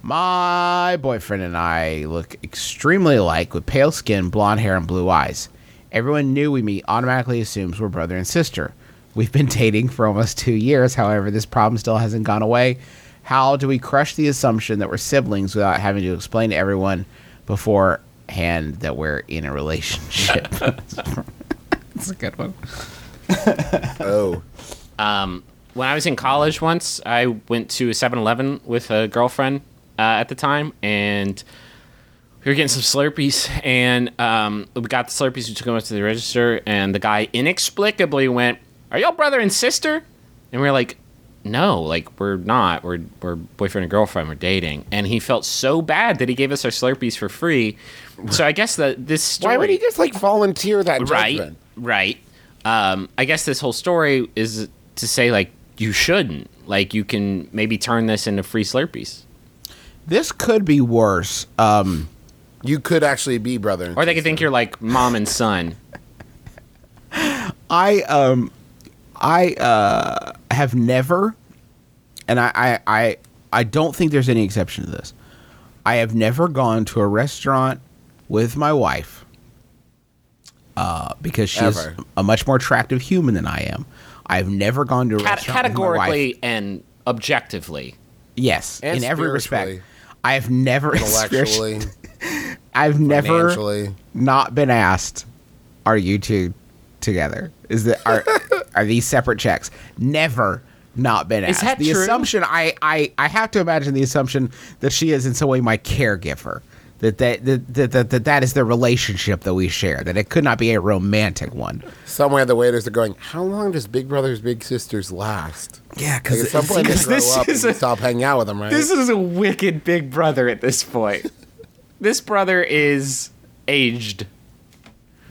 S2: My boyfriend and I look extremely alike with pale skin, blonde hair, and blue eyes. Everyone new we meet automatically assumes we're brother and sister. We've been *laughs* dating for almost two years, however, this problem still hasn't gone away. How do we crush the assumption that we're siblings without having to explain to everyone beforehand that we're in a relationship? *laughs* That's a good one.
S3: Oh,
S4: Um, when I was in college once, I went to a 7 Eleven with a girlfriend uh, at the time, and we were getting some Slurpees. And um, we got the Slurpees, we took them up to the register, and the guy inexplicably went, Are y'all brother and sister? And we were like, No, like, we're not. We're, we're boyfriend and girlfriend, we're dating. And he felt so bad that he gave us our Slurpees for free. So I guess that this story.
S3: why would he just like volunteer that
S4: right
S3: judgment?
S4: right um i guess this whole story is to say like you shouldn't like you can maybe turn this into free slurpees
S2: This could be worse. Um,
S3: You could actually be brother. and
S4: or they
S3: sister.
S4: could think you're like mom and son
S2: I um I uh have never and I, I I I don't think there's any exception to this. I have never gone to a restaurant with my wife uh because she's
S3: Ever.
S2: a much more attractive human than I am. I've never gone to a
S4: Cat-
S2: restaurant with my wife.
S4: categorically and objectively
S2: Yes,
S3: And
S2: in every respect.
S3: spiritually.
S2: I have never *laughs*
S3: intellectually,
S2: spiritually, I've never
S3: financially.
S2: not been asked, are you two together? Is that
S3: *laughs*
S2: are are these separate checks? Never not been asked.
S4: Is that
S2: the
S4: true?
S2: assumption I, I I have to imagine the assumption that she is in some way my caregiver. That that, that, that, that, that that is the relationship that we share, that it could not be a romantic one.
S3: Somewhere the waiters are going. How long does Big Brothers Big Sisters last?
S2: Yeah,
S3: Like, at some point they grow up and you stop hanging out with them, right?
S4: this is a wicked big brother at this point *laughs* this brother is aged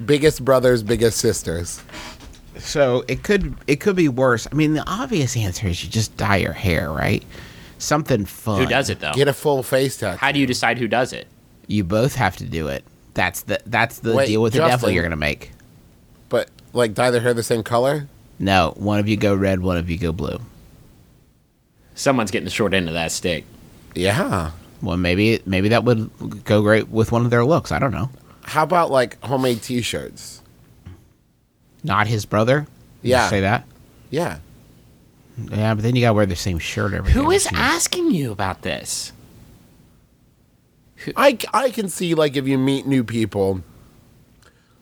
S3: biggest brothers, biggest sisters.
S2: So it could it could be worse. I mean, the obvious answer is you just dye your hair, right? Something fun.
S4: who does it though
S3: Get a full face tattoo.
S4: how do you decide who does it
S2: You both have to do it. That's the that's the
S3: Wait,
S2: deal with the devil
S3: Justin.
S2: you're gonna make.
S3: but like dye their hair the same color.
S2: No, one of you go red, one of you go blue.
S4: someone's getting the short end of that stick
S3: Yeah.
S2: Well, maybe maybe that would go great with one of their looks. I don't know.
S3: How about like homemade T-shirts?
S2: Not his brother. Did you
S3: Yeah.
S2: say that.
S3: Yeah.
S2: Yeah, but then you gotta wear the same shirt every.
S4: who
S2: day.
S4: is
S2: Jeez.
S4: asking you about this
S3: I, I can see like if you meet new people,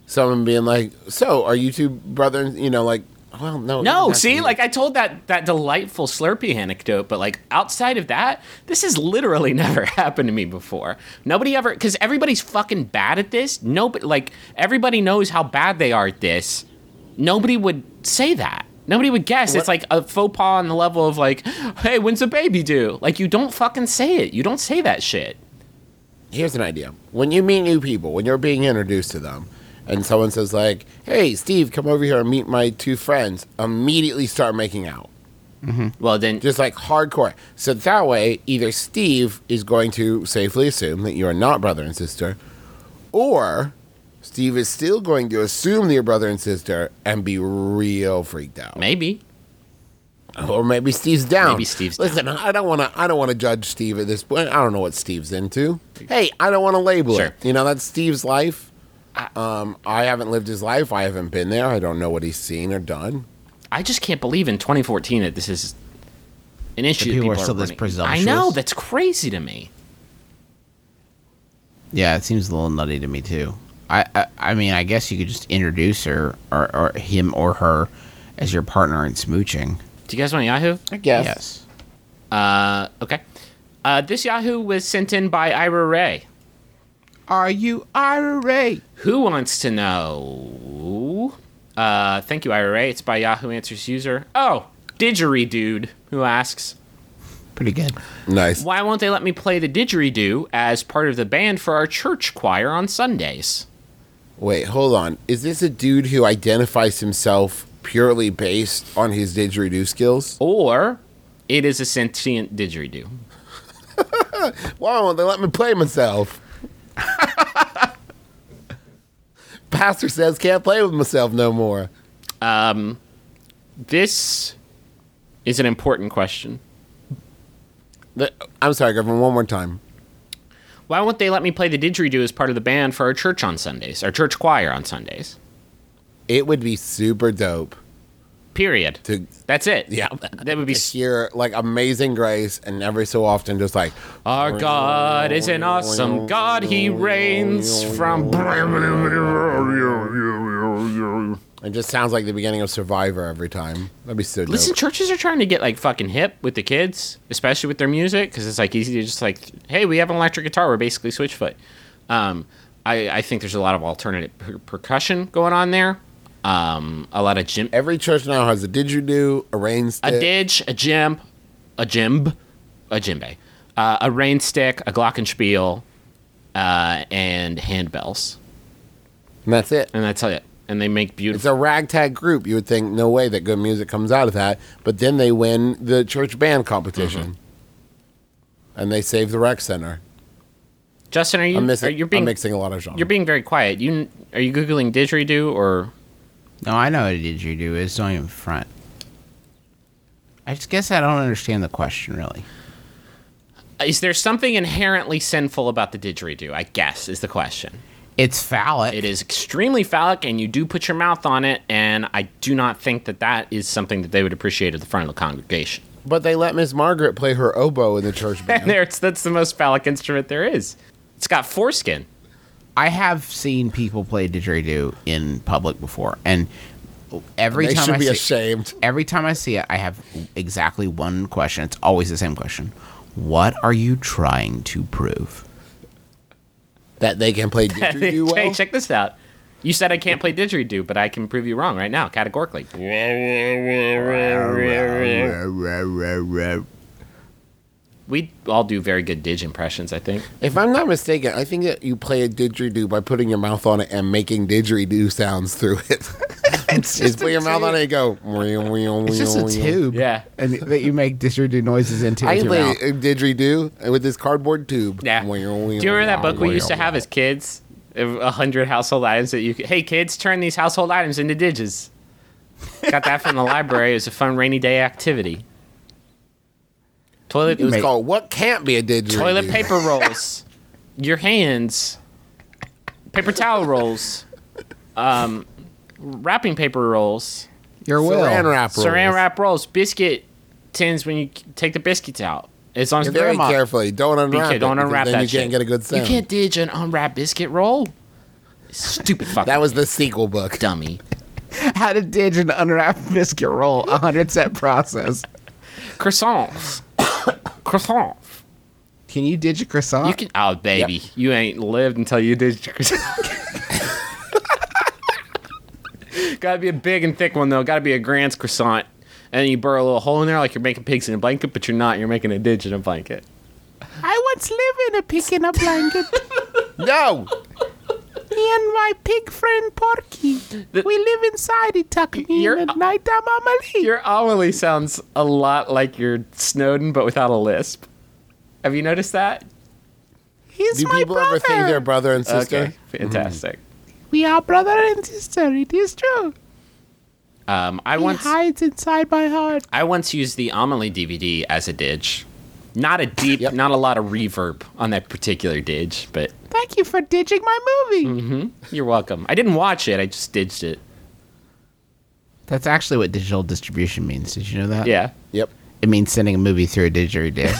S3: someone being like, "So are you two brothers?" You know, like, well, no,
S4: No,
S3: you're not
S4: see,
S3: two."
S4: like I told that that delightful Slurpee anecdote, but like outside of that, this has literally *laughs* never happened to me before. Nobody ever, because everybody's fucking bad at this. Nobody, like everybody knows how bad they are at this. Nobody would say that. Nobody would guess. It's like a faux pas on the level of like, hey, when's the baby due? Like you don't fucking say it. You don't say that shit.
S3: here's an idea: when you meet new people, when you're being introduced to them, and someone says like, "Hey, Steve, come over here and meet my two friends," immediately start making out,
S4: Well, then
S3: just like hardcore. So that way, either Steve is going to safely assume that you are not brother and sister, or Steve is still going to assume that you're brother and sister and be real freaked out.
S4: maybe.
S3: Or maybe Steve's down.
S4: Maybe Steve's
S3: Listen, I don't want to. I don't want to judge Steve at this point. I don't know what Steve's into. Hey, I don't want to label
S4: Sure.
S3: it. You know, that's Steve's life. Um, I haven't lived his life. I haven't been there. I don't know what he's seen or done.
S4: I just can't believe in 2014 that this is an issue.
S2: people are
S4: that
S2: still this
S4: running. I know
S2: presumptuous.
S4: that's crazy to me.
S2: Yeah, it seems a little nutty to me too. I I, I mean, I guess you could just introduce her or, or him or her as your partner in smooching.
S4: Do you guys want Yahoo?
S3: I guess.
S2: Yes.
S4: Uh, okay. Uh, this Yahoo was sent in by Ira Ray.
S2: Are you IRA?
S4: Who wants to know? Uh, thank you, Ira Ray. It's by Yahoo Answers user. Oh, didgeridoo, who asks,
S2: Pretty good.
S3: Nice.
S4: Why won't they let me play the didgeridoo as part of the band for our church choir on Sundays?
S3: Wait, hold on. Is this a dude who identifies himself purely based on his didgeridoo skills?
S4: Or it is a sentient didgeridoo.
S3: Why won't they let me play myself? *laughs* Pastor says can't play with myself no more.
S4: This is an important question.
S3: The- I'm sorry, Griffin, one more time.
S4: Why won't they let me play the didgeridoo as part of the band for our church on Sundays, our church choir on Sundays?
S3: It would be super dope
S4: Period.
S3: to
S4: That's it.
S3: Yeah. *laughs*
S4: That would be
S3: hear like amazing grace and every so often just like
S4: Our God is an awesome God. He reigns from.
S3: it just sounds like the beginning of Survivor every time. That'd be so dope.
S4: Listen, churches are trying to get like fucking hip with the kids, especially with their music, because it's like easy to just like, hey, we have an electric guitar. We're basically Switchfoot. Um, I, I think there's a lot of alternative per- percussion going on there. Um, a lot of gym,
S3: Every church now has a didgeridoo, a rain
S4: a
S3: stick,
S4: didge, a jimp, a jimb, a djembe, uh, a rain stick, a glockenspiel, uh, and handbells,
S3: and that's it.
S4: and that's it. And they make beautiful.
S3: It's a ragtag group. You would think no way that good music comes out of that, but then they win the church band competition, and they save the rec center.
S4: Justin, are Mm-hmm. you
S3: I'm missing.
S4: are you being
S3: I'm mixing a lot of genres.
S4: you're being very quiet. You are you googling didgeridoo or
S2: No, I know what a didgeridoo is. It's only in front. I just guess I don't understand the question really.
S4: is there something inherently sinful about the didgeridoo? I guess is the question.
S2: It's phallic.
S4: It is extremely phallic, and you do put your mouth on it, and I do not think that that is something that they would appreciate at the front of the *laughs* congregation.
S3: but they let Miss Margaret play her oboe in the
S4: *laughs*
S3: church
S4: And
S3: band.
S4: there's that's the most phallic instrument there is. It's got foreskin.
S2: I have seen people play didgeridoo in public before, and every
S3: they
S2: time
S3: should
S2: I
S3: be
S2: see
S3: ashamed.
S2: every time I see it, I have exactly one question. It's always the same question: What are you trying to prove?
S3: that they can
S4: *laughs*
S3: play
S4: hey,
S3: didgeridoo well.
S4: check this out. You said I can't play didgeridoo, but I can prove you wrong right now, categorically. We all do very good didge impressions, I think.
S3: If I'm not mistaken, I think that you play a didgeridoo by putting your mouth on it and making didgeridoo sounds through it. *laughs*
S2: It's
S3: Just put your mouth on it and go.
S2: It's
S3: It's
S2: just a tube.
S4: Yeah.
S2: and that you make didgeridoo noises into
S3: I
S2: with
S3: can
S2: your
S3: play
S2: mouth.
S3: a didgeridoo with this cardboard tube.
S4: Yeah. Do you remember that book we used to have as kids? A hundred household items that you could, hey kids, turn these household items into digits. Got that from the library. It was a fun rainy day activity. Toilet
S3: It was
S2: Mate.
S3: called "What Can't Be a Didgeridoo."
S4: toilet paper rolls, your hands, paper towel rolls, um, wrapping paper rolls,
S2: Your will.
S3: Saran wrap.
S4: saran
S3: rolls.
S4: wrap rolls, biscuit tins when you take the biscuits out. As long as they're
S3: Very
S4: unwrapped.
S3: carefully. Don't unwrap
S4: BK,
S3: it.
S4: don't
S3: because
S4: unwrap
S3: then
S4: that
S3: you
S4: shit.
S3: can't get a good
S4: You
S3: sound.
S4: can't ditch an unwrapped biscuit roll. Stupid fucking
S3: That was the sequel book.
S4: dummy.
S2: How to dig and unwrap biscuit roll? A hundred set process.
S3: *coughs*
S4: Croissants. Croissants.
S2: Can you dig a croissant?
S4: You can. Oh, baby, you ain't lived until you did. Gotta be a big and thick one though. Gotta be a Grant's croissant, and then you burrow a little hole in there like you're making pigs in a blanket, but you're not. You're making a ditch in a blanket.
S2: I once live in a pig in a blanket.
S3: *laughs* No.
S2: Me and my pig friend Porky. we live inside. He tuck me
S4: You're-
S2: in at night. I'm on my leave.
S4: Your Amelie sounds a lot like your Snowden, but without a lisp. Have you noticed that?
S2: He's
S3: Do
S2: my
S3: people
S2: brother.
S3: ever think they're brother and sister?
S4: Okay, fantastic.
S2: we are brother and sister. It is true.
S4: Um, I
S2: He
S4: once
S2: hides inside my heart.
S4: I once used the Amelie DVD as a didge. Not a deep, not a lot of reverb on that particular didge, but
S2: Thank you for digging my movie.
S4: You're welcome. I didn't watch it. I just ditched it.
S2: That's actually what digital distribution means. Did you know that?
S4: Yeah. *laughs*
S3: Yep.
S2: It means sending a movie through a didgeridoo.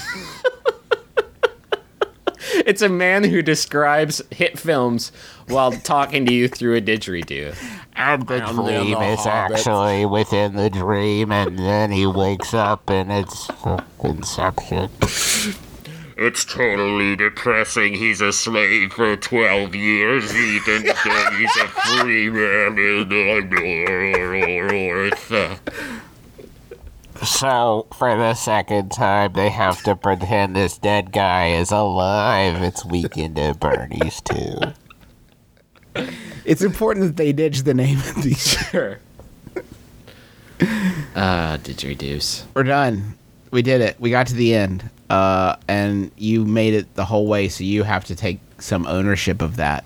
S4: It's a man who describes hit films while *laughs* talking to you through a didgeridoo.
S8: And the dream is actually within the dream, and then he wakes up and it's Inception. It's totally depressing. He's a slave for 12 years, even though he's a free man in the North. So, for the second time, they have to pretend this dead guy is alive. It's Weekend at Bernie's, too.
S2: It's important that they ditch the name of these.
S4: Sure. Uh, didgeridoos.
S2: We're done. We did it. We got to the end. Uh, and you made it the whole way, so you have to take some ownership of that.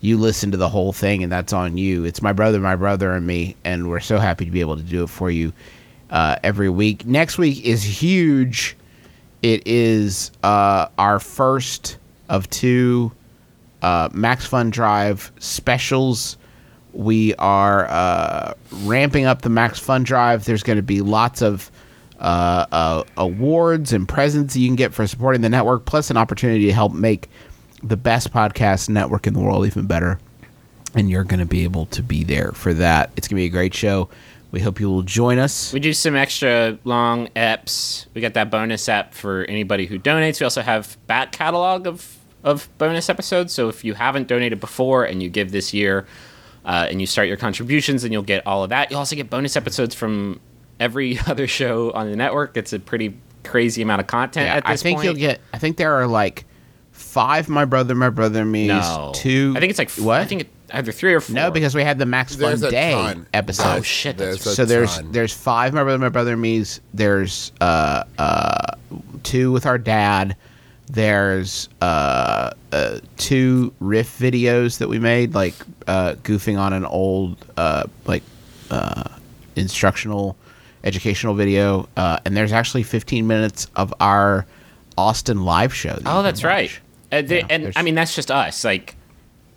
S2: You listened to the whole thing, and that's on you. It's my brother, my brother, and me, and we're so happy to be able to do it for you uh, every week. Next week is huge. It is uh, our first of two uh, Max Fun Drive specials. We are uh, ramping up the Max Fun Drive. There's going to be lots of uh, uh, awards and presents you can get for supporting the network, plus an opportunity to help make the best podcast network in the world even better and you're going to be able to be there for that. It's going to be a great show. We hope you will join us.
S4: We do some extra long eps. We got that bonus app for anybody who donates. We also have back catalog of of bonus episodes. So if you haven't donated before and you give this year, uh, and you start your contributions, then you'll get all of that. You'll also get bonus episodes from every *laughs* other show on the network. It's a pretty crazy amount of content
S2: Yeah,
S4: at
S2: I
S4: this
S2: think
S4: point.
S2: you'll get. I think there are like five. My brother, my brother, and me.
S4: no
S2: Two.
S4: I think it's like f-
S2: what?
S4: I think it, either three or four.
S2: no, because we had the Max Fun
S3: There's a
S2: Day
S3: ton.
S2: episode.
S4: oh shit, that's
S3: There's a
S2: so there's
S3: ton.
S2: there's five my brother my brother and me's there's uh uh two with our dad there's uh, uh two riff videos that we made like uh goofing on an old uh like uh instructional educational video uh and there's actually 15 minutes of our austin live show that you
S4: Oh,
S2: can
S4: that's
S2: watch.
S4: right. Uh, the-
S2: Yeah,
S4: and
S2: there's-
S4: I mean, that's just us. Like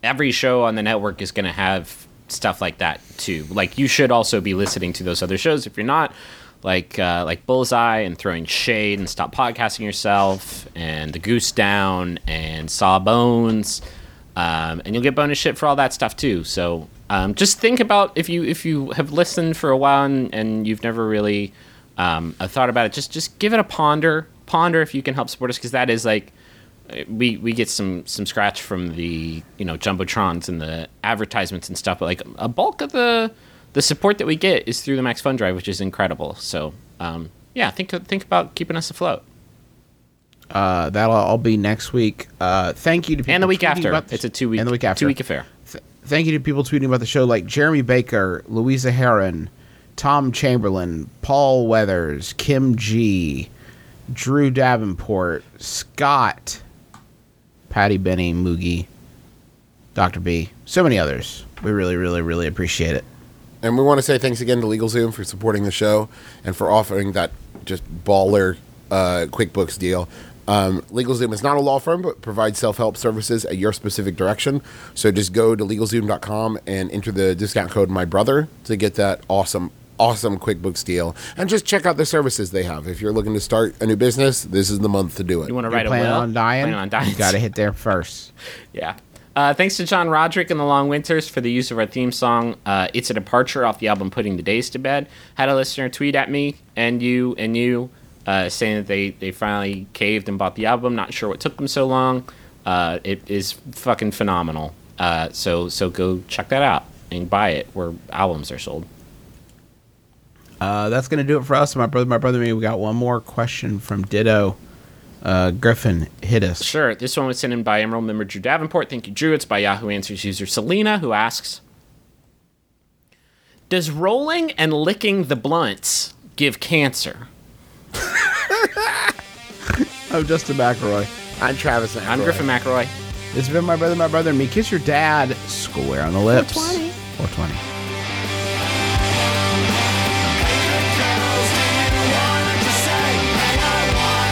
S4: every show on the network is going to have stuff like that too. Like you should also be listening to those other shows if you're not. Like uh, like Bullseye and Throwing Shade and Stop Podcasting Yourself and The Goose Down and Sawbones. Um, and you'll get bonus shit for all that stuff too. So um, just think about if you if you have listened for a while and, and you've never really um, uh, thought about it. Just just give it a ponder. Ponder if you can help support us because that is like we we get some some scratch from the you know jumbotrons and the advertisements and stuff, but like a bulk of the the support that we get is through the Max Fund Drive, which is incredible. So um, yeah, think think about keeping us afloat.
S2: uh, that'll all be next week uh thank you to people
S4: And the week
S2: tweeting
S4: after,
S2: about the-
S4: it's a two week
S2: and the week after
S4: two week affair.
S2: Th- thank you to people tweeting about the show like Jeremy Baker, Louisa Heron, Tom Chamberlain, Paul Weathers, Kim G, Drew Davenport, Scott, Patty Benny, Moogie, Dr. B, so many others. We really, really, really appreciate it.
S3: And we want to say thanks again to LegalZoom for supporting the show and for offering that just baller uh, QuickBooks deal. Um, LegalZoom is not a law firm, but provides self help services at your specific direction. So just go to legalzoom.com and enter the discount code My Brother to get that awesome, awesome QuickBooks deal. And just check out the services they have. If you're looking to start a new business, this is the month to do it.
S4: You want to
S2: You're
S4: write a
S2: planning
S4: will?
S2: on dying?
S4: Planning on dying.
S2: You got to hit there first.
S4: Yeah. Uh, thanks to John Roderick and the Long Winters for the use of our theme song. Uh, it's a departure off the album Putting the Days to Bed. Had a listener tweet at me and you and you uh, saying that they, they finally caved and bought the album. Not sure what took them so long. Uh, it is fucking phenomenal. Uh, so so go check that out and buy it where albums are sold.
S2: Uh, that's going to do it for us. My brother, my brother, and me. We got one more question from Ditto. Uh, Griffin, hit us.
S4: Sure. This one was sent in by Emerald member Drew Davenport. Thank you, Drew. It's by Yahoo Answers user Selena, who asks Does rolling and licking the blunts give cancer?
S2: I'm Justin McElroy.
S3: I'm Travis. McElroy.
S4: I'm Griffin McElroy.
S2: This has been my brother, my brother, and me. Kiss your dad square on the lips. 420. 420.
S6: MaximumFun.org.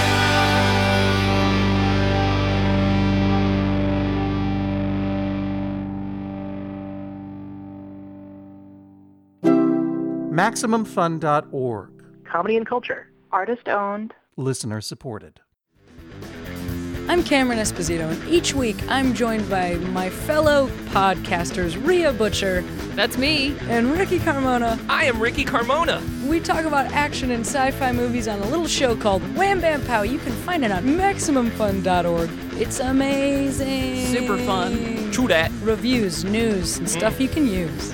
S9: comedy and culture. Artist owned.
S6: Listener supported.
S8: I'm Cameron Esposito, and each week I'm joined by my fellow podcasters, Rhea Butcher
S6: That's me.
S8: and Ricky Carmona.
S10: I am Ricky Carmona.
S8: We talk about action and sci fi movies on a little show called Wham Bam Pow. You can find it on MaximumFun.org. It's amazing.
S6: Super fun.
S10: True that. Mm.
S8: Reviews, news, and stuff you can use.